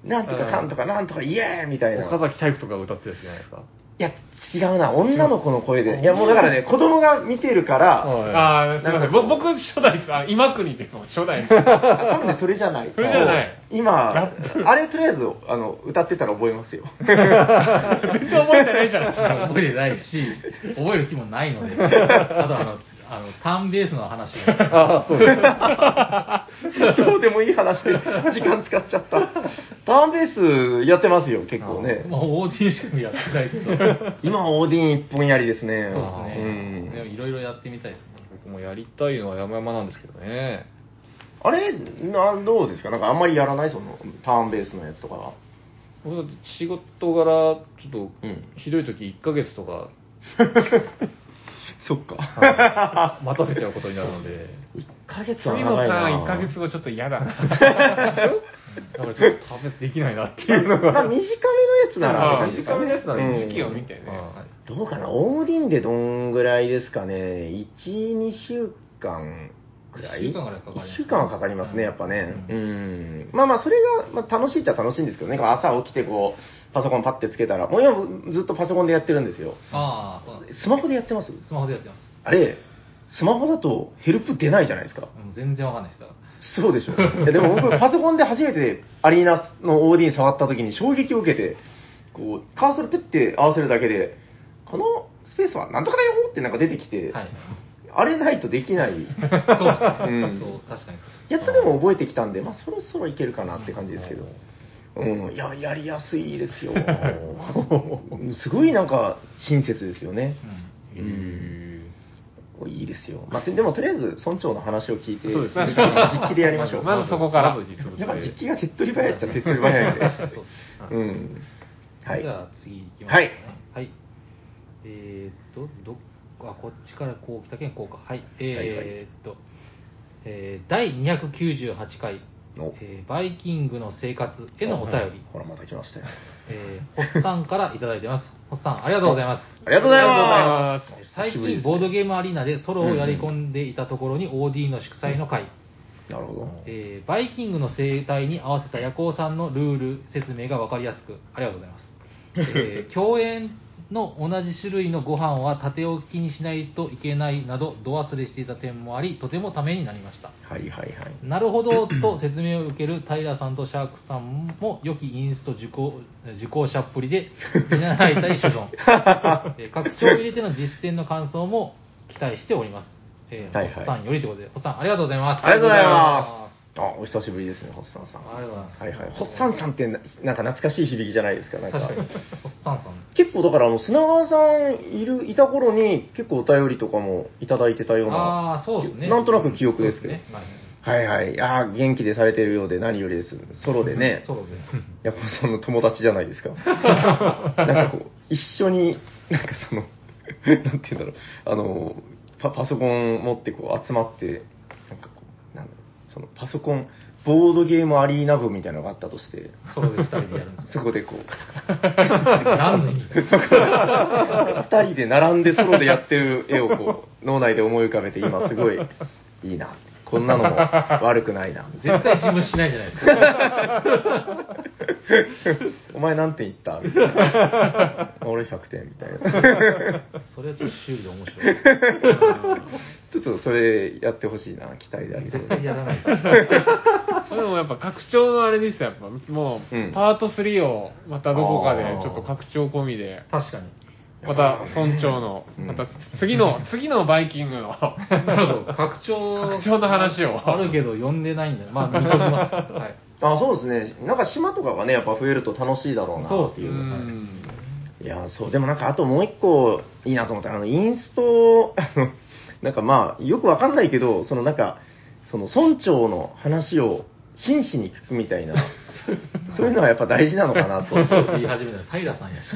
う、なんとかかんとか、なんとか、イエーイみたいな。岡崎体育とかが歌ってたやつじゃないですか。いや、違うな。女の子の声で。いや、もうだからね、子供が見てるから、はああ、すみません。ぼ僕、初代です。あ今国ですもん、初 代です。多分ね、それじゃない。それじゃない今、あれとりあえず、あの、歌ってたら覚えますよ。全然覚えてないじゃないですか。覚えてないし、覚える気もないので、あとあの、あの、ターンベースの話も どうでもいい話で、時間使っちゃった。ターンベースやってますよ、結構ね。もう OT しかやってないけど、そう今、オーディン一本やりですね。ですうんね。でもいろいろやってみたいですね。僕もやりたいのは山々なんですけどね。あれな、どうですかなんかあんまりやらないその、ターンベースのやつとかは。僕だって仕事柄、ちょっと、うんひどい時1ヶ月とかそっか。待たせちゃうことになるので、 1ヶ月は次の長いタな。ーン1ヶ月後ちょっと嫌だな。だからちょっと食べできないなっていうの まあが。短めのやつなら、あ短めのやつならいいうん時期を見てね。はいどうかな、オーディンでどんぐらいですかね、1、2週間くらい一週間ぐらいかかる一週間はかかりますね、やっぱね。う。うんまあまあ、それが、まあ、楽しいっちゃ楽しいんですけどね、こう朝起きてこう、パソコンパッてつけたら、もう今ずっとパソコンでやってるんですよ。ああ、そうなんですスマホでやってますスマホでやってます。あれ、スマホだとヘルプ出ないじゃないですか。もう全然わかんないですだかそうでしょ。いやでも僕、パソコンで初めてアリーナの OD に触った時に衝撃を受けて、こう、カーソルピュッて合わせるだけで、このスペースはなんとかだよってなんか出てきて、ら。 はい。あれないとできない。そうですね。そうんう、確かにそう。やっとでも覚えてきたんで、まあそろそろいけるかなって感じですけど。うん、いや、やりやすいですよ。 すごいなんか親切ですよね。へーいいですよ。まあ、でもとりあえず村長の話を聞いて、そうですね実機でやりましょう。 まずそこから。まず実物やでっぱ実機が手っ取り早いっちゃ手っ取り早いんで。そうですねうん。はいじ。ゃあ次行きます、はい。はい。えー、っと、どっか、こっちからこう来たけん、こうか。はい。はいえー、っと、えー、第298回、おえーバイキングの生活へのお便り、ほら、また来ましたよ。えー、ホッさんからいただいてます。ホッさん、ありがとうございます。ありがとうございま。ありがとうございます最久しぶりで近、すねボードゲームアリーナでソロをやり込んでいたところに OD の祝祭の会、なるほど。えーバイキングの生態に合わせた夜行さんのルール説明が分かりやすく、ありがとうございます。えー 共演の同じ種類のご飯は縦置きにしないといけないなど、度忘れしていた点もあり、とてもためになりました。はいはいはい。なるほどと説明を受ける平さんとシャークさんも良きインスト受講受講者っぷり で見習いたい所存えー拡張を入れての実践の感想も期待しております、えーはいはいホッさんよりということでホッさんありがとうございますありがとうございます。あ、お久しぶりですね、ホッサンさん。ありがとうございますはいはい。ホッサンさんってな、なんか懐かしい響きじゃないですか、なんか。確かにホッさんさん結構だから、あの、砂川さんいる、いた頃に、結構お便りとかもいただいてたような。ああーそうですねなんとなく記憶ですけどそうねはいはいはい。ああ、元気でされてるようで何よりです。ソロでね。そうですねヤコさんの友達じゃないですか。なんかこう、一緒に、なんかその、なんて言うんだろう、あの、パパソコン持ってこう集まって、なんかこう、なんだろうそのパソコンボードゲームアリーナ部みたいなのがあったとして、ソロで2人でやるんです そこでこう、何の意味二人で並んでソロでやってる絵をこう、脳内で思い浮かべて、今すごいいいな。こんなのも悪くないな。絶対自分しないじゃないですか。お前何点いったみたいな俺100点みたいな。それはちょっと修理で面白い。ちょっとそれやってほしいな、期待でありそう絶。対やらないです。でもやっぱ拡張のあれですよ、やっぱ。もう、うんパート3をまたどこかで、あーちょっと拡張込みで、確かに。また村長の、うんまた 次の、次のバイキングの、なるほど。拡張。拡張の話をあるけど、読んでないんだ。まあ、見ときます。 はい。あ、そうですね。なんか島とかがね、やっぱ増えると楽しいだろうな。そうですうよん。いや、そう、でもなんかあともう一個いいなと思ったのはあの、インスト、 あのなんかまあ、よくわかんないけど、そのなんか、その村長の話を真摯に聞くみた いな、そういうのはやっぱ大事なのかなと。言い始めたら、平さんやし。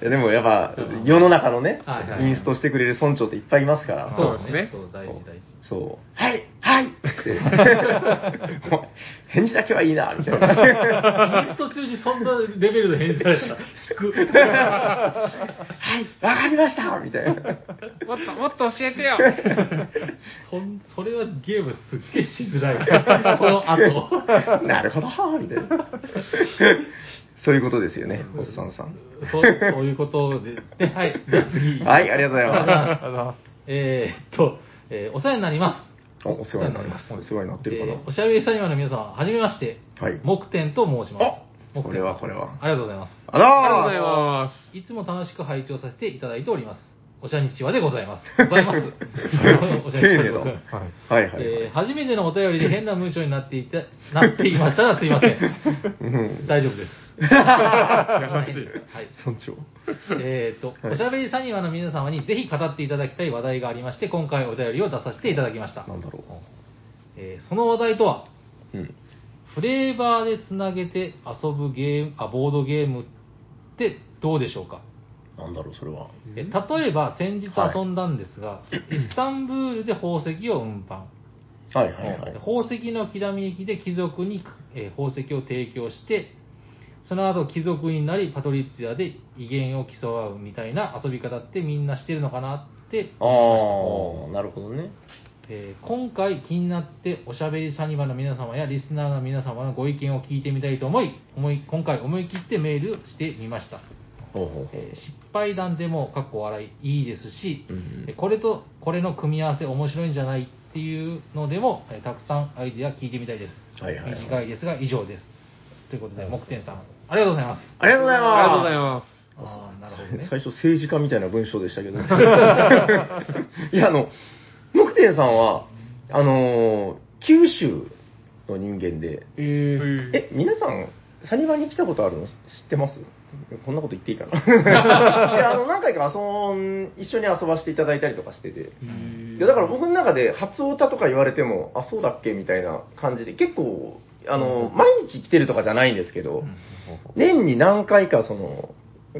いやでもやっぱ、世の中のねはいは、いインストしてくれる村長っていっぱいいますから。そうですね。そそう、大事大事。そう。はいはいっ て。もう返事だけはいいな、みたいな。インスト中にそんなレベルの返事されたら、引く。はい、わかりましたみたいな。もっと、もっと教え てよそんそれはゲームすっげえしづらい。そ の後。なるほどみたいな。 そういうことですよね、おっさんさん。そうそういうことですね。はい。じゃあ次。はい、ありがとうございま えーっと、えーお世話になります。す。おお世話になります。お世話になってるかな。えーおしゃべりサニマの皆様、はじめまして。はい木天と申します。あこれはこれはありがとうございます。あらー。ありがとうございまいつも楽しく拝聴させていただいております。おしゃにちはでございます。ございますおし 丁ゃにちはで寧ございます。だ。はいはいはい。えー初めてのお便りで変な文章になっていた、 なっていましたらすいません。うん大丈夫です。 しいはい。村長。えっと、おしゃべりサニワの皆様にぜひ語っていただきたい話題がありまして、今回お便りを出させていただきました。なんだろえーその話題とは、う。うん。フレーバーでつなげて遊ぶゲーム、あ、ボードゲームってどうでしょうか、なんだろう、それは。え例えば先日遊んだんです が、イスタンブールで宝石を運搬。はいはいはい。宝石のきらめきで貴族に、えー宝石を提供して、その後貴族になり、パトリッツィアで威厳を競うみたいな遊び方ってみんなしてるのかなってああ、なるほどね。えー今回気になっておしゃべりサニバの皆様やリスナーの皆様のご意見を聞いてみたいと思い思い今回思い切ってメールしてみました、ほうほうほう。えー失敗談でもかっこ笑いいいですし、うんうんえーこれとこれの組み合わせ面白いんじゃないっていうのでも、えーたくさんアイディア聞いてみたいです、はいはいはい短いですが以上ですということで木天さんありがとうございますありがとうございます。ありがとうございます。ああなるほどね最初政治家みたいな文章でしたけど。いや、あの、木天さんは、あのー九州の人間で、ええ、皆さん、サニバに来たことあるの知ってますこんなこと言っていいかな。いや、あの、何回か遊ん、一緒に遊ばせていただいたりとかしてて。いや、だから僕の中で、初オタとか言われても、あ、そうだっけみたいな感じで、結構、あの、毎日来てるとかじゃないんですけど、年に何回かその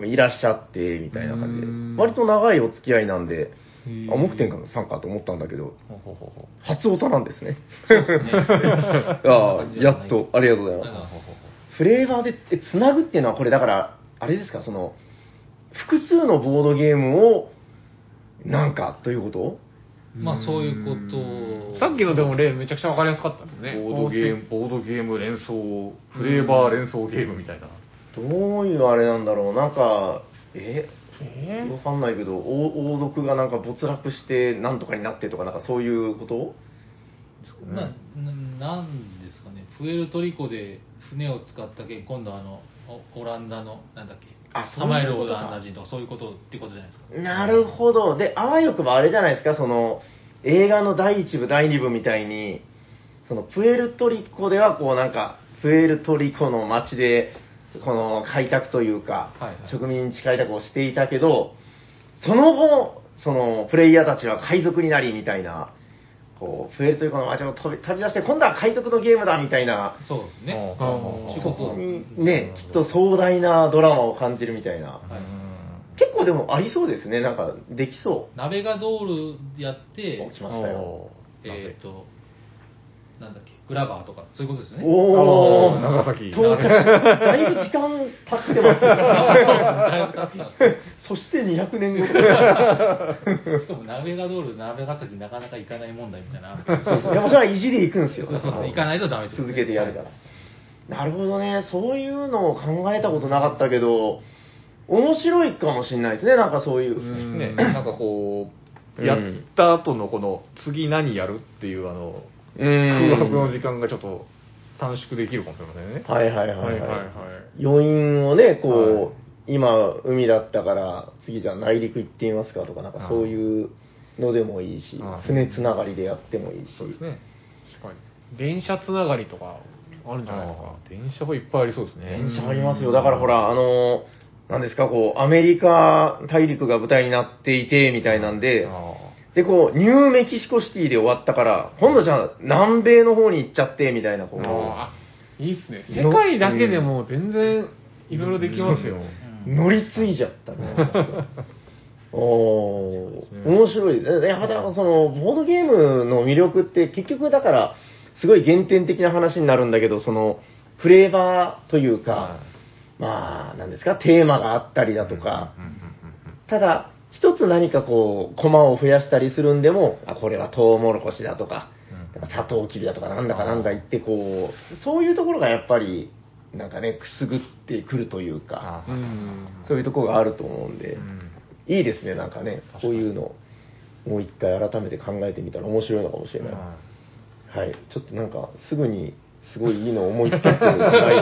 いらっしゃってみたいな感じうーんで割と長いお付き合いなんでーあ木天かさんかと思ったんだけどほうほうほうほ初オタなんです ねう ねああやっとありがとうござありがとうございいまますすフレーバーでえつなぐっていうのはこれだからあれですかその複数のボードゲームをなんかということまあそういうことさっきのでも例めちゃくちゃわかりやすかったですね。ボードゲーム、ボードゲーム連想、フレーバー連想ゲームみたいな。どういうあれなんだろうなんかええーわかんないけど王王族がなんか没落してなんとかになってとかなんかそういうことなななんですかね、プエルトリコで船を使ったけん、今度あの、おオランダの、なんだっけ、あサそういうことかマエルオランダ人とか、そういうことってことじゃないですか。なるほど。で、あわよくばあれじゃないですか、その、映画の第1部、第2部みたいに、その、プエルトリコでは、こうなんか、プエルトリコの街で、この、開拓というか、はいはい植民地開拓をしていたけど、その後、その、プレイヤーたちは海賊になり、みたいな、こう、プエルトリコの街を飛び旅立して、今度は海賊のゲームだ、みたいな、そうですね。あー仕そ事こにね、きっと壮大なドラマを感じるみたいな。はい結構でもありそうですね、なんか、できそう。ナベガドールやって、来ましたよ。えっ、と、なんだっけ、グラバーとか、そういうことですよね。おあおの長崎到着だいぶ時間経ってますだけいぶ経ったんですどそして200年後よ しかも、ナベガドール、ナベガ崎なかなか行かない問題みたい な。そうそう。山下は意地で行くんですよ。そうそうそう行かないとダメですね続けてやるから。なるほどね。そういうのを考えたことなかったけど、面白いかもしれないですね。なんかそういう。ね、なんかこうんう、やった後のこの、次何やるっていう、あの、うん空白の時間がちょっと短縮できるかもしれませんね。はいはいはいはい。はいはいはい余韻をね、こう、はい今海だったから、次じゃあ内陸行ってみますかとか、なんかそういうのでもいいし、はい船つながりでやってもいいし。そうですね。確かに。電車つながりとか、あるんじゃないですかあ。ー電車はいっぱいありそうですね。電車ありますよ。だからほら、あの、なんですか、こう、アメリカ大陸が舞台になっていて、みたいなんで、あで、こう、ニューメキシコシティで終わったから、今度じゃあ、南米の方に行っちゃって、みたいな、こう。あーいいっすね。世界だけでもう全然いろいろできますよ。乗り継いじゃった みたいな。おー面白いですね。やっぱだからその、ボードゲームの魅力って結局だから、すごい原点的な話になるんだけど、その、フレーバーというか、はまあ、なんですか、テーマがあったりだとか、ーうんうんうんただ、一つ何かこう、コマを増やしたりするんでも、あ、これはトウモロコシだとか、うなんかサトウキビだとか、なんだかなんだ言って、こう、そういうところがやっぱり、なんかね、くすぐってくるというか、あうーん。そういうところがあると思うんで、うんいいですね、なんかね、こういうの、もう一回改めて考えてみたら面白いのかもしれない。ははい、ちょっとなんか、すぐに、すごいいいの思いつかってな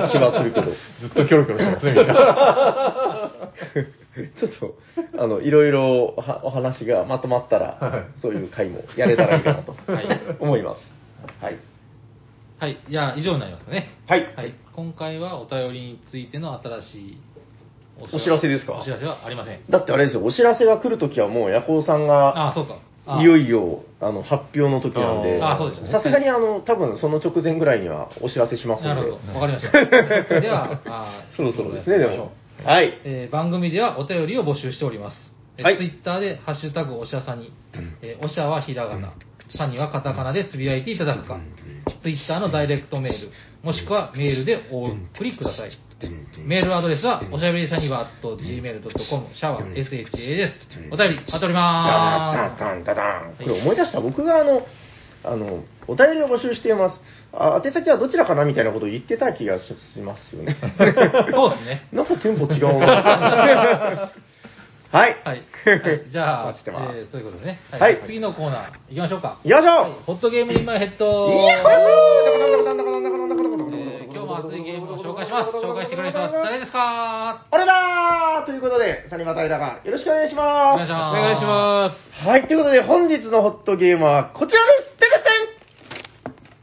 い気はするけど。い ずっとキョロキョロしてますね、みんな。 ちょっと、あの、いろいろはお話がまとまったら、はいそういう回もやれたらいいか なとはい思います。はい。はい、じゃあ、以上になりますかね。はい。はい、今回はお便りについての新しいお知らせですかお知らせはありません。だってあれですよ、お知らせが来るときはもう、ヤコウさんが、ああ、そうか。ああいよいよ、あの、発表の時なんで、ああそうですねさすがに、あの、多分その直前ぐらいにはお知らせしますなのるで、ほど。わかりま した。では、あーそろそろですね、でも。はい。えー番組ではお便りを募集しております。えーはいツイッターで、ハッシュタグおしゃさに、えーおしゃはひらがな、さにはカタカナでつぶやいていただくか、ツイッターのダイレクトメール、もしくはメールでお送りください。メールアドレスは、おしゃべりさには gmail.com、シャワー SHA です。お便り、待っておりまダす。ダンダダンダダン。これ思い出した。僕があの、あの、お便りを募集しています。あ宛先はどちらかなみたいなことを言ってた気がしますよ ね。そうですね。なんかテンポ違 うな。はい。 はい。はいじゃおあ、待ちしてますえーそういうことでね。はい次のコーナー、行きましょうか。よいしょはいホットゲームにマイヘッドイヤッホーえー今日も熱いゲームを紹介します。紹介してくれる人は誰ですか俺だーということで、サニバタイラがよろしくお願いしおま願いしす。ます。お願いします。はい、ということで本日のホットゲームはこちらですて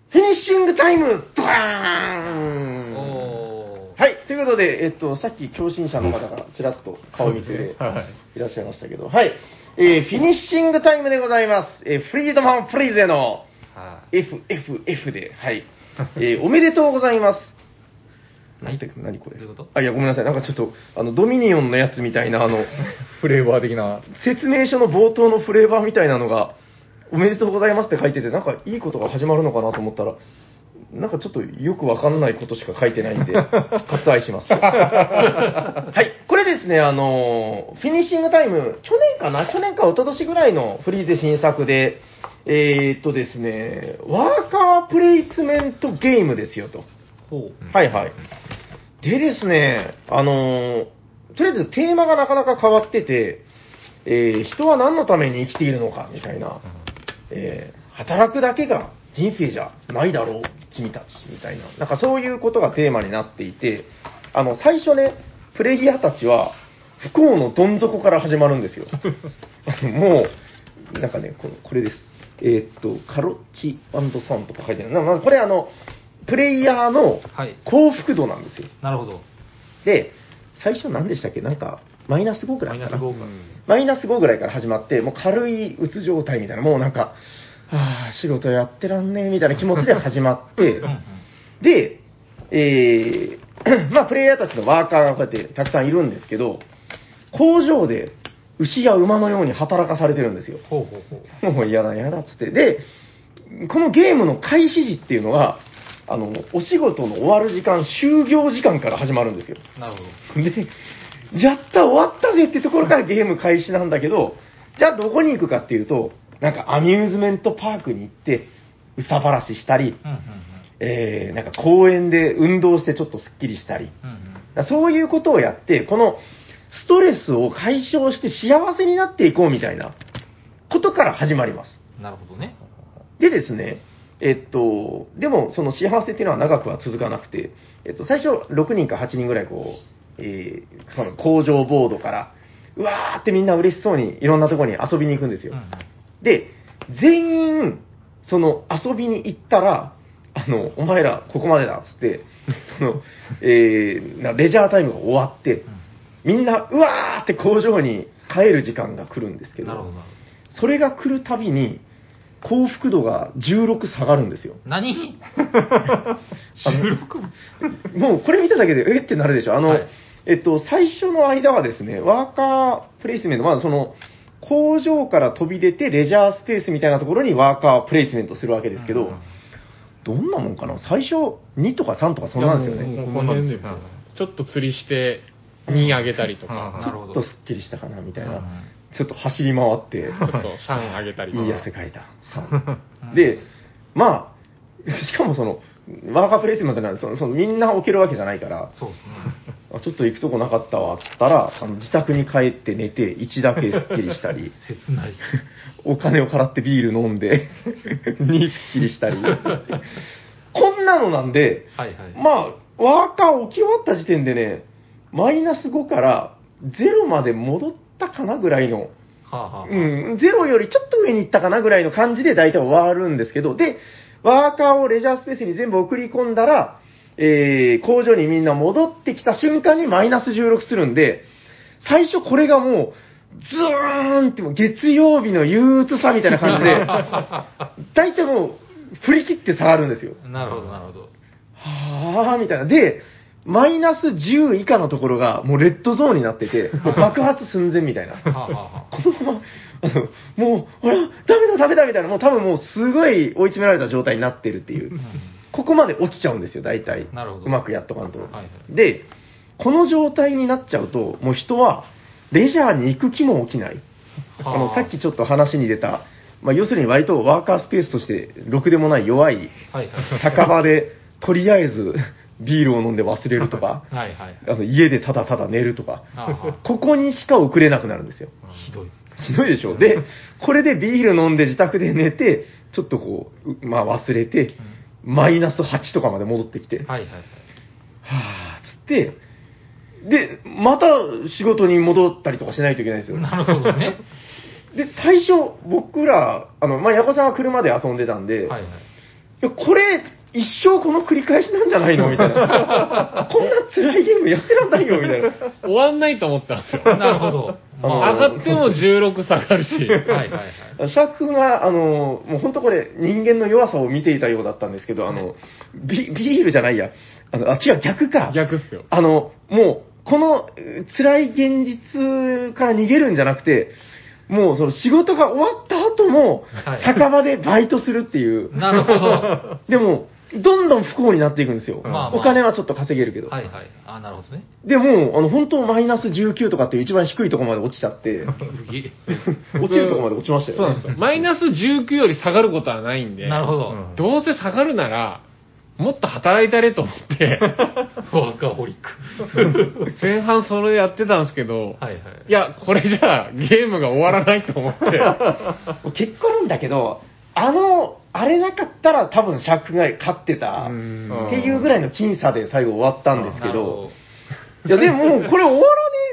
てんフィニッシングタイムドバーンおーはい、ということで、えっと、さっき共振者の方がちらっと顔見せでいらっしゃいましたけど、はい、えーフィニッシングタイムでございます。えーフリードマン・プリーゼのは FFF で、はい、えーおめでとうございます。なんて、何これ。どういうことあ、いや、ごめんなさい。なんかちょっと、あの、ドミニオンのやつみたいな、あの、フレーバー的な。説明書の冒頭のフレーバーみたいなのが、おめでとうございますって書いてて、なんかいいことが始まるのかなと思ったら、なんかちょっとよくわかんないことしか書いてないんで、割愛します。はい、これですね、あのーフィニッシングタイム、去年かな去年か一昨年ぐらいのフリーゼ新作で、えーっとですね、ワーカープレイスメントゲームですよと。ほう。はいはい。でですね、あのーとりあえずテーマがなかなか変わってて、えー人は何のために生きているのかみたいな、えー働くだけが人生じゃないだろう、君たち、みたいな、なんかそういうことがテーマになっていて、あの、最初ね、プレイヤーたちは不幸のどん底から始まるんで すよ。あのもう、なんかね、このこれです。えーっと、カロッチサンとか書いてある。なまあこれあの、プレイヤーのはい幸福度なんですよ。なるほど。で、最初何でしたっけなんか、マイナス5ぐらマいイかナスな。 5分。マイナス5ぐらいから始まって、もう軽いうつ状態みたいな、もうなんか、ああ、仕事やってらんねえみたいな気持ちで始まってうんう、んで、えー まあ、プレイヤーたちのワーカーがこうやってたくさんいるんですけど、工場で牛や馬のように働かされてるんですよ。 ほうほうほう。もう嫌だ嫌だっつって。で、このゲームの開始時っていうのは、あの、お仕事の終わる時間、就業時間から始まるんですよ。なるほど。で、やった、終わったぜってところからゲーム開始なんだけど、じゃあどこに行くかっていうと、なんかアミューズメントパークに行って、うさばらししたり、うんうんえー、なんか公園で運動してちょっとスッキリしたり、うん。うんそういうことをやって、このストレスを解消して幸せになっていこうみたいなことから始まります。うん。なるほどね。でですね、えっと、でもその幸せっていうのは長くは続かなくて、えっと、最初6人か8人ぐらいこう、えーその工場ボードから、うわーってみんな嬉しそうにいろんなところに遊びに行くんですうよんう。ん。で、全員、その遊びに行ったら、あの、お前らここまでだっつ って、その、えーなレジャータイムが終わって、みんな、うわーって工場に帰る時間が来るんですうけんなるほどど、なるそれが来るたびに、幸福度が16下がるんですよ。ほど。何16もうこれ見ただけで、えってなるでしょ。あの、はいえっと、最初の間はですね、ワーカープレイスメント、まあその、工場から飛び出てレジャースペースみたいなところにワーカープレイスメントするわけですけど、どんなもんかな最初2とか3とかそんなんですよいやね。もうこの辺でもちょっと釣りして、2あげたりとうんか、なちるほょっど。とスッキリしたかなみたいうんな。ちょっと走り回って、ちょっと3あげたりとか。いい汗かいた。うん3。で、まあ、 しかもその、ワーカープレイスメントなんで、そのそのみんな置けるわけじゃないから、そうですね。あちょっと行くとこなかったわっつったら、あの自宅に帰って寝て、1だけスッキリし たり、切ない。お金を払ってビール飲んで、2スッキリし たり。こんなのなんで、はいはい。まあ、ワーカー置き終わった時点でね、マイナス5から0まで戻ったかなぐらいの、はあ、はあ、うん、0よりちょっと上に行ったかなぐらいの感じで大体終わるんですけど、で、ワーカーをレジャースペースに全部送り込んだら、えー、工場にみんな戻ってきた瞬間にマイナス16するんで、最初これがもう、ズーンってもう月曜日の憂鬱さみたいな感じで、大体もう振り切って下がるんですよ。なるほど、なるほど。はぁーみたいな。で、マイナス10以下のところがもうレッドゾーンになってて、もう爆発寸前みたいな。はあ、はあ、はこのまま、あの、 もう、ほら、ダメだ、ダメだ、みたいな、もう多分もうすごい追い詰められた状態になってるっていう。あ。ここまで落ちちゃうんですよ、大体。なるほどうまくやっとかんと。はいはで、この状態になっちゃうと、もう人は、レジャーに行く気も起きない。はああの、さっきちょっと話に出た、まあ、要するに割とワーカースペースとして、ろくでもない弱い、はいはい。酒場で、とりあえず、ビールを飲んで忘れると か、はいはい。あの家でただただ寝るとか、はあ、はここにしか送れなくなるんですよ。あ、ひどい。ひどいでしょ。で、これでビール飲んで自宅で寝て、ちょっとこう、うまあ忘れて、マイナス8とかまで戻ってきて、はぁ、はいはいはい。つって、で、また仕事に戻ったりとかしないといけないんですよ。なるほどね。で、最初、僕ら、あの、まあ、矢子さんは車で遊んでたんで、はいはい。いや、これ、一生この繰り返しなんじゃないのみた いな。こんな辛いゲームやってらんないよ、みたいな。終わんないと思ったんですよ。なるほど。まあ、上がっても16下がるし。はいはいはい。シャーク君は、あの、もう本当これ、人間の弱さを見ていたようだったんですけど、あの、ビビールじゃないや。あの、あ、違う、逆か。逆っすよ。あの、もう、このえー辛い現実から逃げるんじゃなくて、もうその仕事が終わった後もはい、酒場でバイトするっていう。なるほど。はでも、どんどん不幸になっていくんですよ。まあまあお金はちょっと稼げるけいど。はい。あ、なるほどね。でもう、あの、本当マイナス19とかっていう一番低いところまで落ちちゃ って、うぎ落ちるところまで落ちましたそうよなねん。ですよ。マイナス19より下がることはないんで。なるほど。うんどうせ下がるなら、もっと働いたれと思 って、ワーカホリック。 前半それやってたんですけど、はいはい。いや、これじゃあゲームが終わらないと思って、 もう 結果なんだけど、あの、あれなかったら多分シャークが勝ってたううんんっていうぐらいの僅差で最後終わったんですけなるどほ、いやでももうこれ終わらね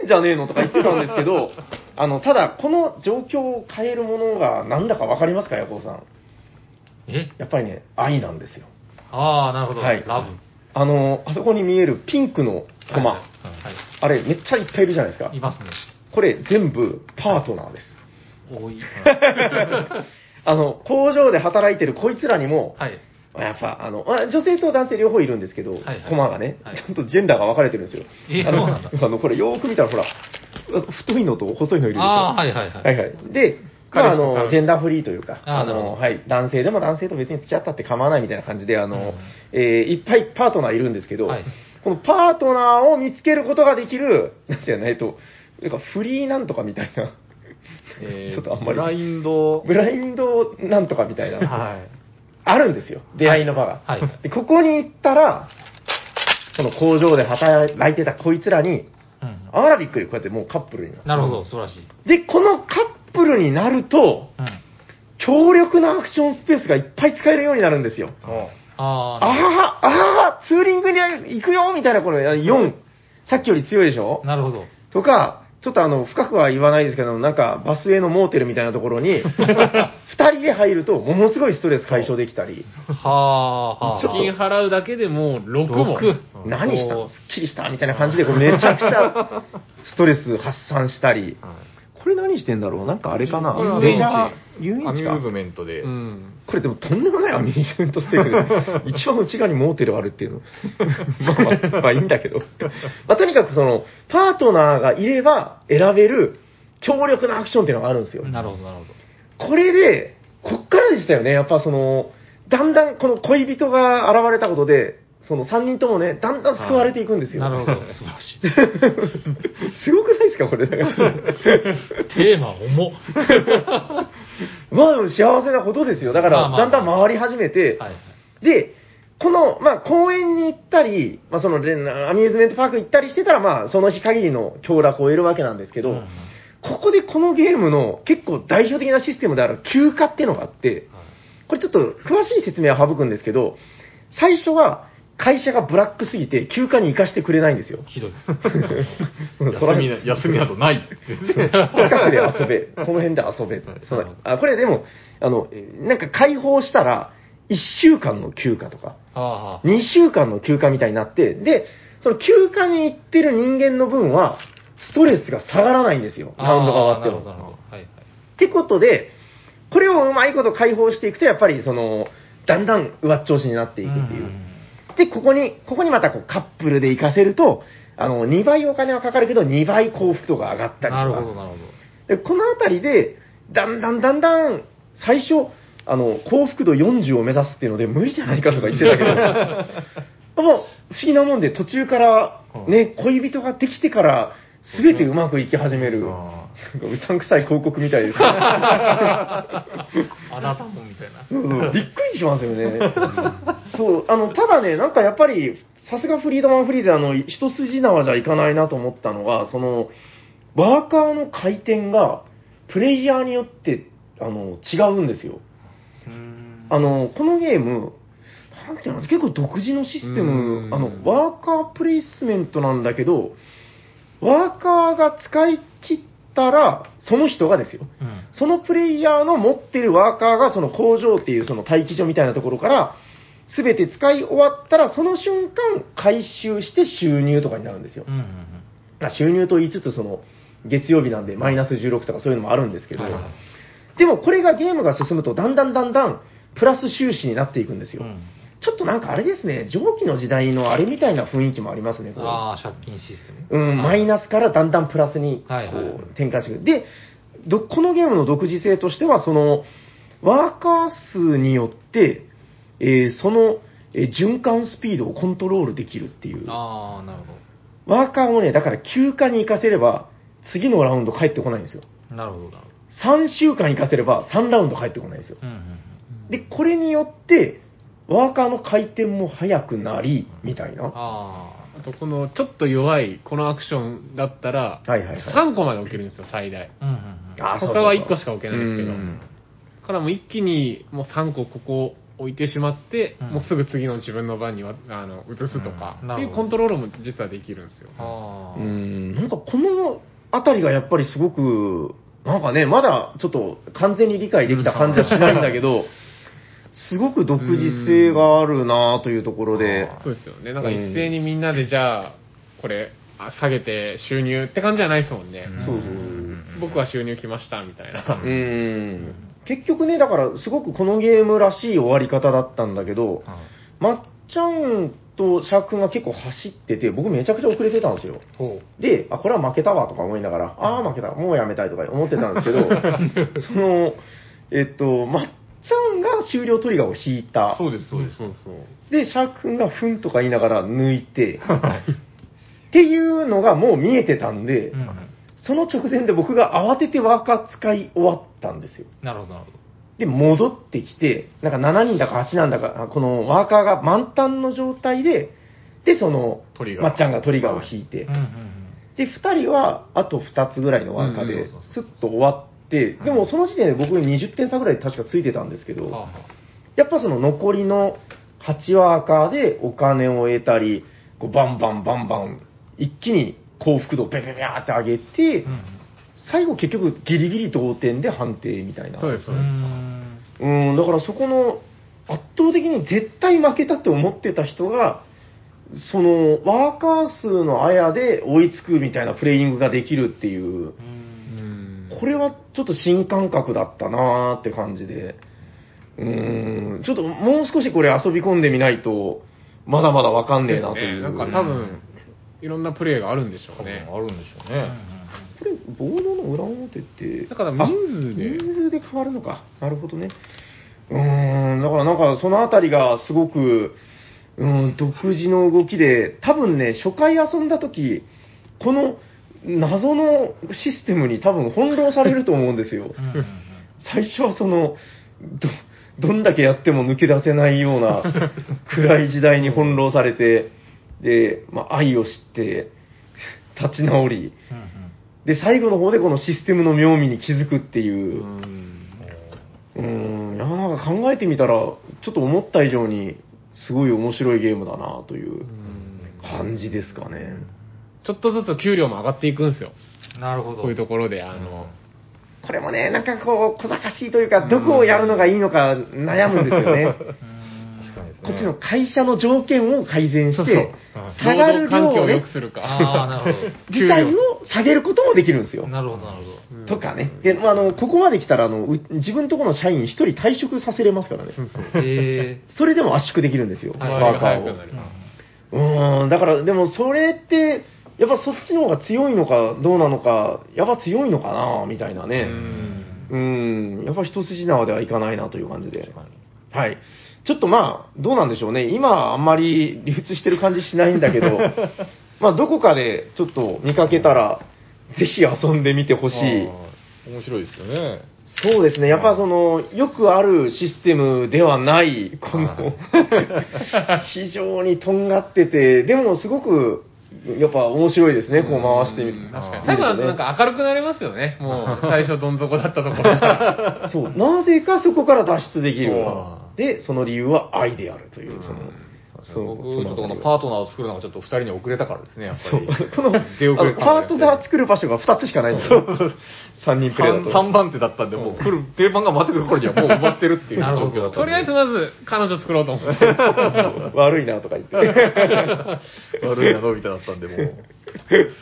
えんじゃねえのとか言ってたんです けど、あの、ただこの状況を変えるものがなんだかわかりますか、ヤコウさん。ど。えやっぱりね、愛なんですよ。ああ、なるほど。はいラブ。あの、あそこに見えるピンクのコマ、はいはいあれめっちゃいっぱいいるじゃないですかはい。い。ますね。これ全部パート ナーです。多 い。あの、工場で働いてるこいつらにも、はい。やっぱあのあ女性と男性両方いるんですけど、いはいコマがね、はいちゃんとジェンダーが分かれてるんですよ。えあのそうなんだあのこれ、よーく見たら、ほら、太いのと細いのいるでしょ。ああ、はいはいはい。はいはいで、まあ、あ彼氏との、彼ジェンダーフリーというか、あーあなるほの、どはい、男性でも男性と別に付き合ったって構わないみたいな感じで、あの、えーいっぱいパートナーいるんですけど、はいこのパートナーを見つけることができる、なんじゃないと、なんかフリーなんとかみたいな、えー ちょっとあんまりブラインド、ブラインドなんとかみたいな、はい。あるんですよ、出会いの場が。はい。でここに行ったら、この工場で働いてたこいつらに、うんあらびっくり、こうやってもうカップルになる。なるほど、素晴らしい。で、このカップルになると、うん。強力なアクションスペースがいっぱい使えるようになるんですよ。ああはあは、あは、ツーリングに行くよみたいな、この4。さっきより強いでしょー、なるほど。とか、ちょっとあの、深くは言わないですけど、なんか、バスへのモーテルみたいなとこ ろに、2人で入ると、ものすごいストレス解消できたり、はあ、はあ。ちょっと金払うだけでもう6も。六何したのすっきりしたみたいな感じで、これめちゃくちゃストレス発散したり、これ何してんだろうなんかあれかなこれはレジャー、遊園アミ地ューズかメントで、うん。これでもとんでもないアミューズメントステークで、一番内側にモーテルあるっていうの。まあまあ、まあいいんだけど。まあとにかくその、パートナーがいれば選べる強力なアクションっていうのがあるんですよ。なるほど、なるほど。これで、こっからでしたよね。やっぱその、だんだんこの恋人が現れたことで、その3人ともね、だんだん救われていくんですよ。なるほど、素晴らしい。 すごくないですか、これ。 なんかテーマ 重っ。まあ、でも幸せなことですよ。だかまあら、まあだんだん回り始めて、はいはい。で、この、まあ、公園に行ったり、まあ、その、でアミューズメントパーク行ったりしてたら、まあ、その日限りの享楽を得るわけなんですけど、うんうんここでこのゲームの結構代表的なシステムである休暇っていうのがあって、これちょっと詳しい説明は省くんですけど、最初は会社がブラックすぎて休暇に行かしてくれないん ですよ。ひどい。うんそら休みな休みなどないって。近くで遊べ、その辺で遊べ。そのあこれでも、あの、なんか解放したら、1週間の休暇とか、はあ、は2週間の休暇みたいになって、で、その休暇に行ってる人間の分は、ストレスが下がらないんですよ。あ。ラウンドが終わってあーなるほど、なるほも。ど。はいはい。ってことで、これをうまいこと解放していくと、やっぱりその、だんだん上っ調子になっていくっていう。で、ここに、ここにまたこうカップルで行かせると、あの、2倍お金はかかるけど、2倍幸福度が上がったりとなか。るほど、なるほど。で、この辺りで、だんだんだんだん、最初、あの、幸福度40を目指すっていうので、無理じゃないかとか言ってたけ ど、もう、不思議なもんで、途中から、ね、恋人ができてから、すべてうまくいき始める。なんかうさんくさい広告みたいですね。あなたもみたいな。そうそうびっくりしますよ ね。そう、あの、ただね、なんかやっぱり、さすがフリードマン・フリーザーの一筋縄じゃいかないなと思ったのが、その、ワーカーの回転が、プレイヤーによって、あの、違うんですよ。うんあの、このゲーム、なんていうの、結構独自のシステうム、んあの、ワーカープレイスメントなんだけど、ワーカーが使い切ったら、その人がですよ。うんそのプレイヤーの持ってるワーカーがその工場っていうその待機所みたいなところから、すべて使い終わったら、その瞬間回収して収入とかになるんですよう。んうんうん。まあ収入と言いつつ、その、月曜日なんでマイナス16とかそういうのもあるんですけど、はいはいでもこれがゲームが進むとだんだんだんだんプラス収支になっていくんですよ。うんちょっとなんかあれですね、上記の時代のあれみたいな雰囲気もありますね、これ。ああ、借金システム。うん、マイナスからだんだんプラスにこはいはいう転換していく。で、どこのゲームの独自性としては、その、ワーカー数によって、えーその、えー循環スピードをコントロールできるっていう。ああ、なるワーカーをね、だから休暇に行かせれば、次のラウンド帰ってこないんですよ。ほど。なるほど、なるほ3週間行かせれば、3ラウンド帰ってこないんですよ。ど。うんうんうん。で、これによって、ワーカーの回転も速くなり、みたいな。はああとこのちょっと弱いこのアクションだったら、いはいはい。 3個まで置けるんですよ、最大。あ、うんうんうん。あーそうそう他は1個しか置けないんですけど。うんだからもう一気にもう3個ここ置いてしまって、うんもうすぐ次の自分の番にはあの移すとか、うんっなているうほどコントロールも実はできるんですよ。あうあ。ん、なんかこのあたりがやっぱりすごく、なんかね、まだちょっと完全に理解できた感じはしないんだけど、すごく独自性があるなというところで、そうですよね。なんか一斉にみんなでじゃあ、これあ下げて収入って感じじゃないですもんね。そうそう。僕は収入来ましたみたい な。うん。結局ね、だからすごくこのゲームらしい終わり方だったんだけど、まっちゃんと、シャーク君が結構走ってて、僕めちゃくちゃ遅れてたんですよ。ほで、あ、これは負けたわとか思いながら、ああー、負けた、もうやめたいとか思ってたんですけど、その、えっと、まっちゃんが終了トリガーを引いた。そうです、そうです。そうそう。で、シャーク君がふんとか言いながら抜いて、っていうのがもう見えてたんで、うんその直前で僕が慌ててワーカー使い終わったんですよ。なるほど、なるで、戻ってきて、なんか7人だか8なんだか、このワーカーが満タンの状態で、で、その、トリガーまっちゃんがトリガーを引いて、ほど。うんうんうんで、2人はあと2つぐらいのワーカーうんでそうそう、スッと終わって、でもその時点で僕20点差ぐらい確かついてたんですけど、はあはやっぱその残りの8ワーカーでお金を得たり、こうバンバンバンバン、一気に幸福度をベベベーって上げて、あ最後結局ギリギリ同点で判定みたいな。そうです、そううです。んうん、だからそこの圧倒的に絶対負けたって思ってた人が、そのワーカー数のあやで追いつくみたいなプレイングができるっていう、ううんんこれはちょっと新感覚だったなーって感じで、うーん、ちょっともう少しこれ遊び込んでみないと、まだまだわかんねえなという。なんか多分、いろんなプレイがあるんでしょうね。あるんでしょううんうんね。これ、ボードの裏表って、だから人数であ人数で変わるのか、なるほどね。うーん、だからなんか、そのあたりがすごく、うーん、独自の動きで、多分ね、初回遊んだとき、この謎のシステムに多分翻弄されると思うんです よ。うんうん最初はその、ど、どんだけやっても抜け出せないような暗い時代に翻弄されて、で、まあ、愛を知って、立ち直り、うんうんで、最後の方でこのシステムの妙味に気づくっていうう、ん。うーん、いやなんか考えてみたら、ちょっと思った以上に、すごい面白いゲームだなという感じですかね。ちょっとずつ給料も上がっていくんですよ。なるほど。こういうところで、あの、これもね、なんかこう、小賢しいというか、どこをやるのがいいのか悩むんですよね。うん確かにです こねっちの会社の条件を改善そしうそうて、下がる労働環境量ををね良くするか。ああ、 なる自体を下げることもできるんですほよど。。なるほど、なるほうんとかね。で、まあ、あの、ここまで来たら、あの、う自分とこの社員一人退職させれますからね。ど。 えそれでも圧縮できるんですよ、はいワーカー周りが早くをなる。え。うーん、だから、でもそれって、やっぱそっちの方が強いのかどうなのか、やっぱ強いのかな、みたいなね。うーん、やっぱ一筋縄ではいかないなという感じで。はい。ちょっとまあ、どうなんでしょうね。今、あんまり流通してる感じしないんだけ ど、まあ、どこかでちょっと見かけたら、ぜひ遊んでみてほしい。あー面白いですよね。そうですね。やっぱその、よくあるシステムではない、こはの、 非常にとんがってて、でもすごく、やっぱ面白いですね、こう回してみるうん確かあに。ー最後だとなんか明るくなりますよね。もう、最初どん底だったと ころから。そう、なぜかそこから脱出できるあ。で、その理由は愛であるという、その、その僕、ちょっとこのーパートナーを作るのがちょっと二人に遅れたからですね、やっぱり。この、あ出遅れのたパートナー作る場所が2つしかないんですよ。3人プレイだと。 3番手だったんで、もう来る、定番が待ってくる頃にはもう埋まってるっていう状なるほど況だったんで。とりあえずまず、彼女作ろうと思って。悪いなとか言って。悪いな、のび太だったんで、もう。う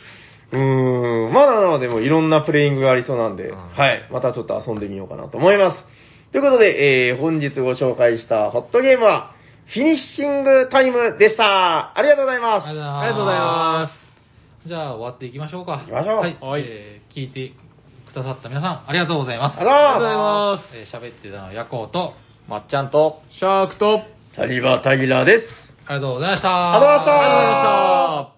ーん、まだなのでもいろんなプレイングがありそうなんで、うんはい。またちょっと遊んでみようかなと思います。ということで、えー、本日ご紹介したホットゲームは、フィニッシングタイムでした。ありがとうございます。あり。ありがとうございますじゃあ終わっていきましょうか。行きましょうはい。はいえー聞いてくださった皆さん、ありがとうございます。。ありがとうございますえー喋ってたのはヤコウと、まっちゃんと、シャークと、サリバー・タギラーです。ありがとうございました。ありがとうございましたありがとうございました。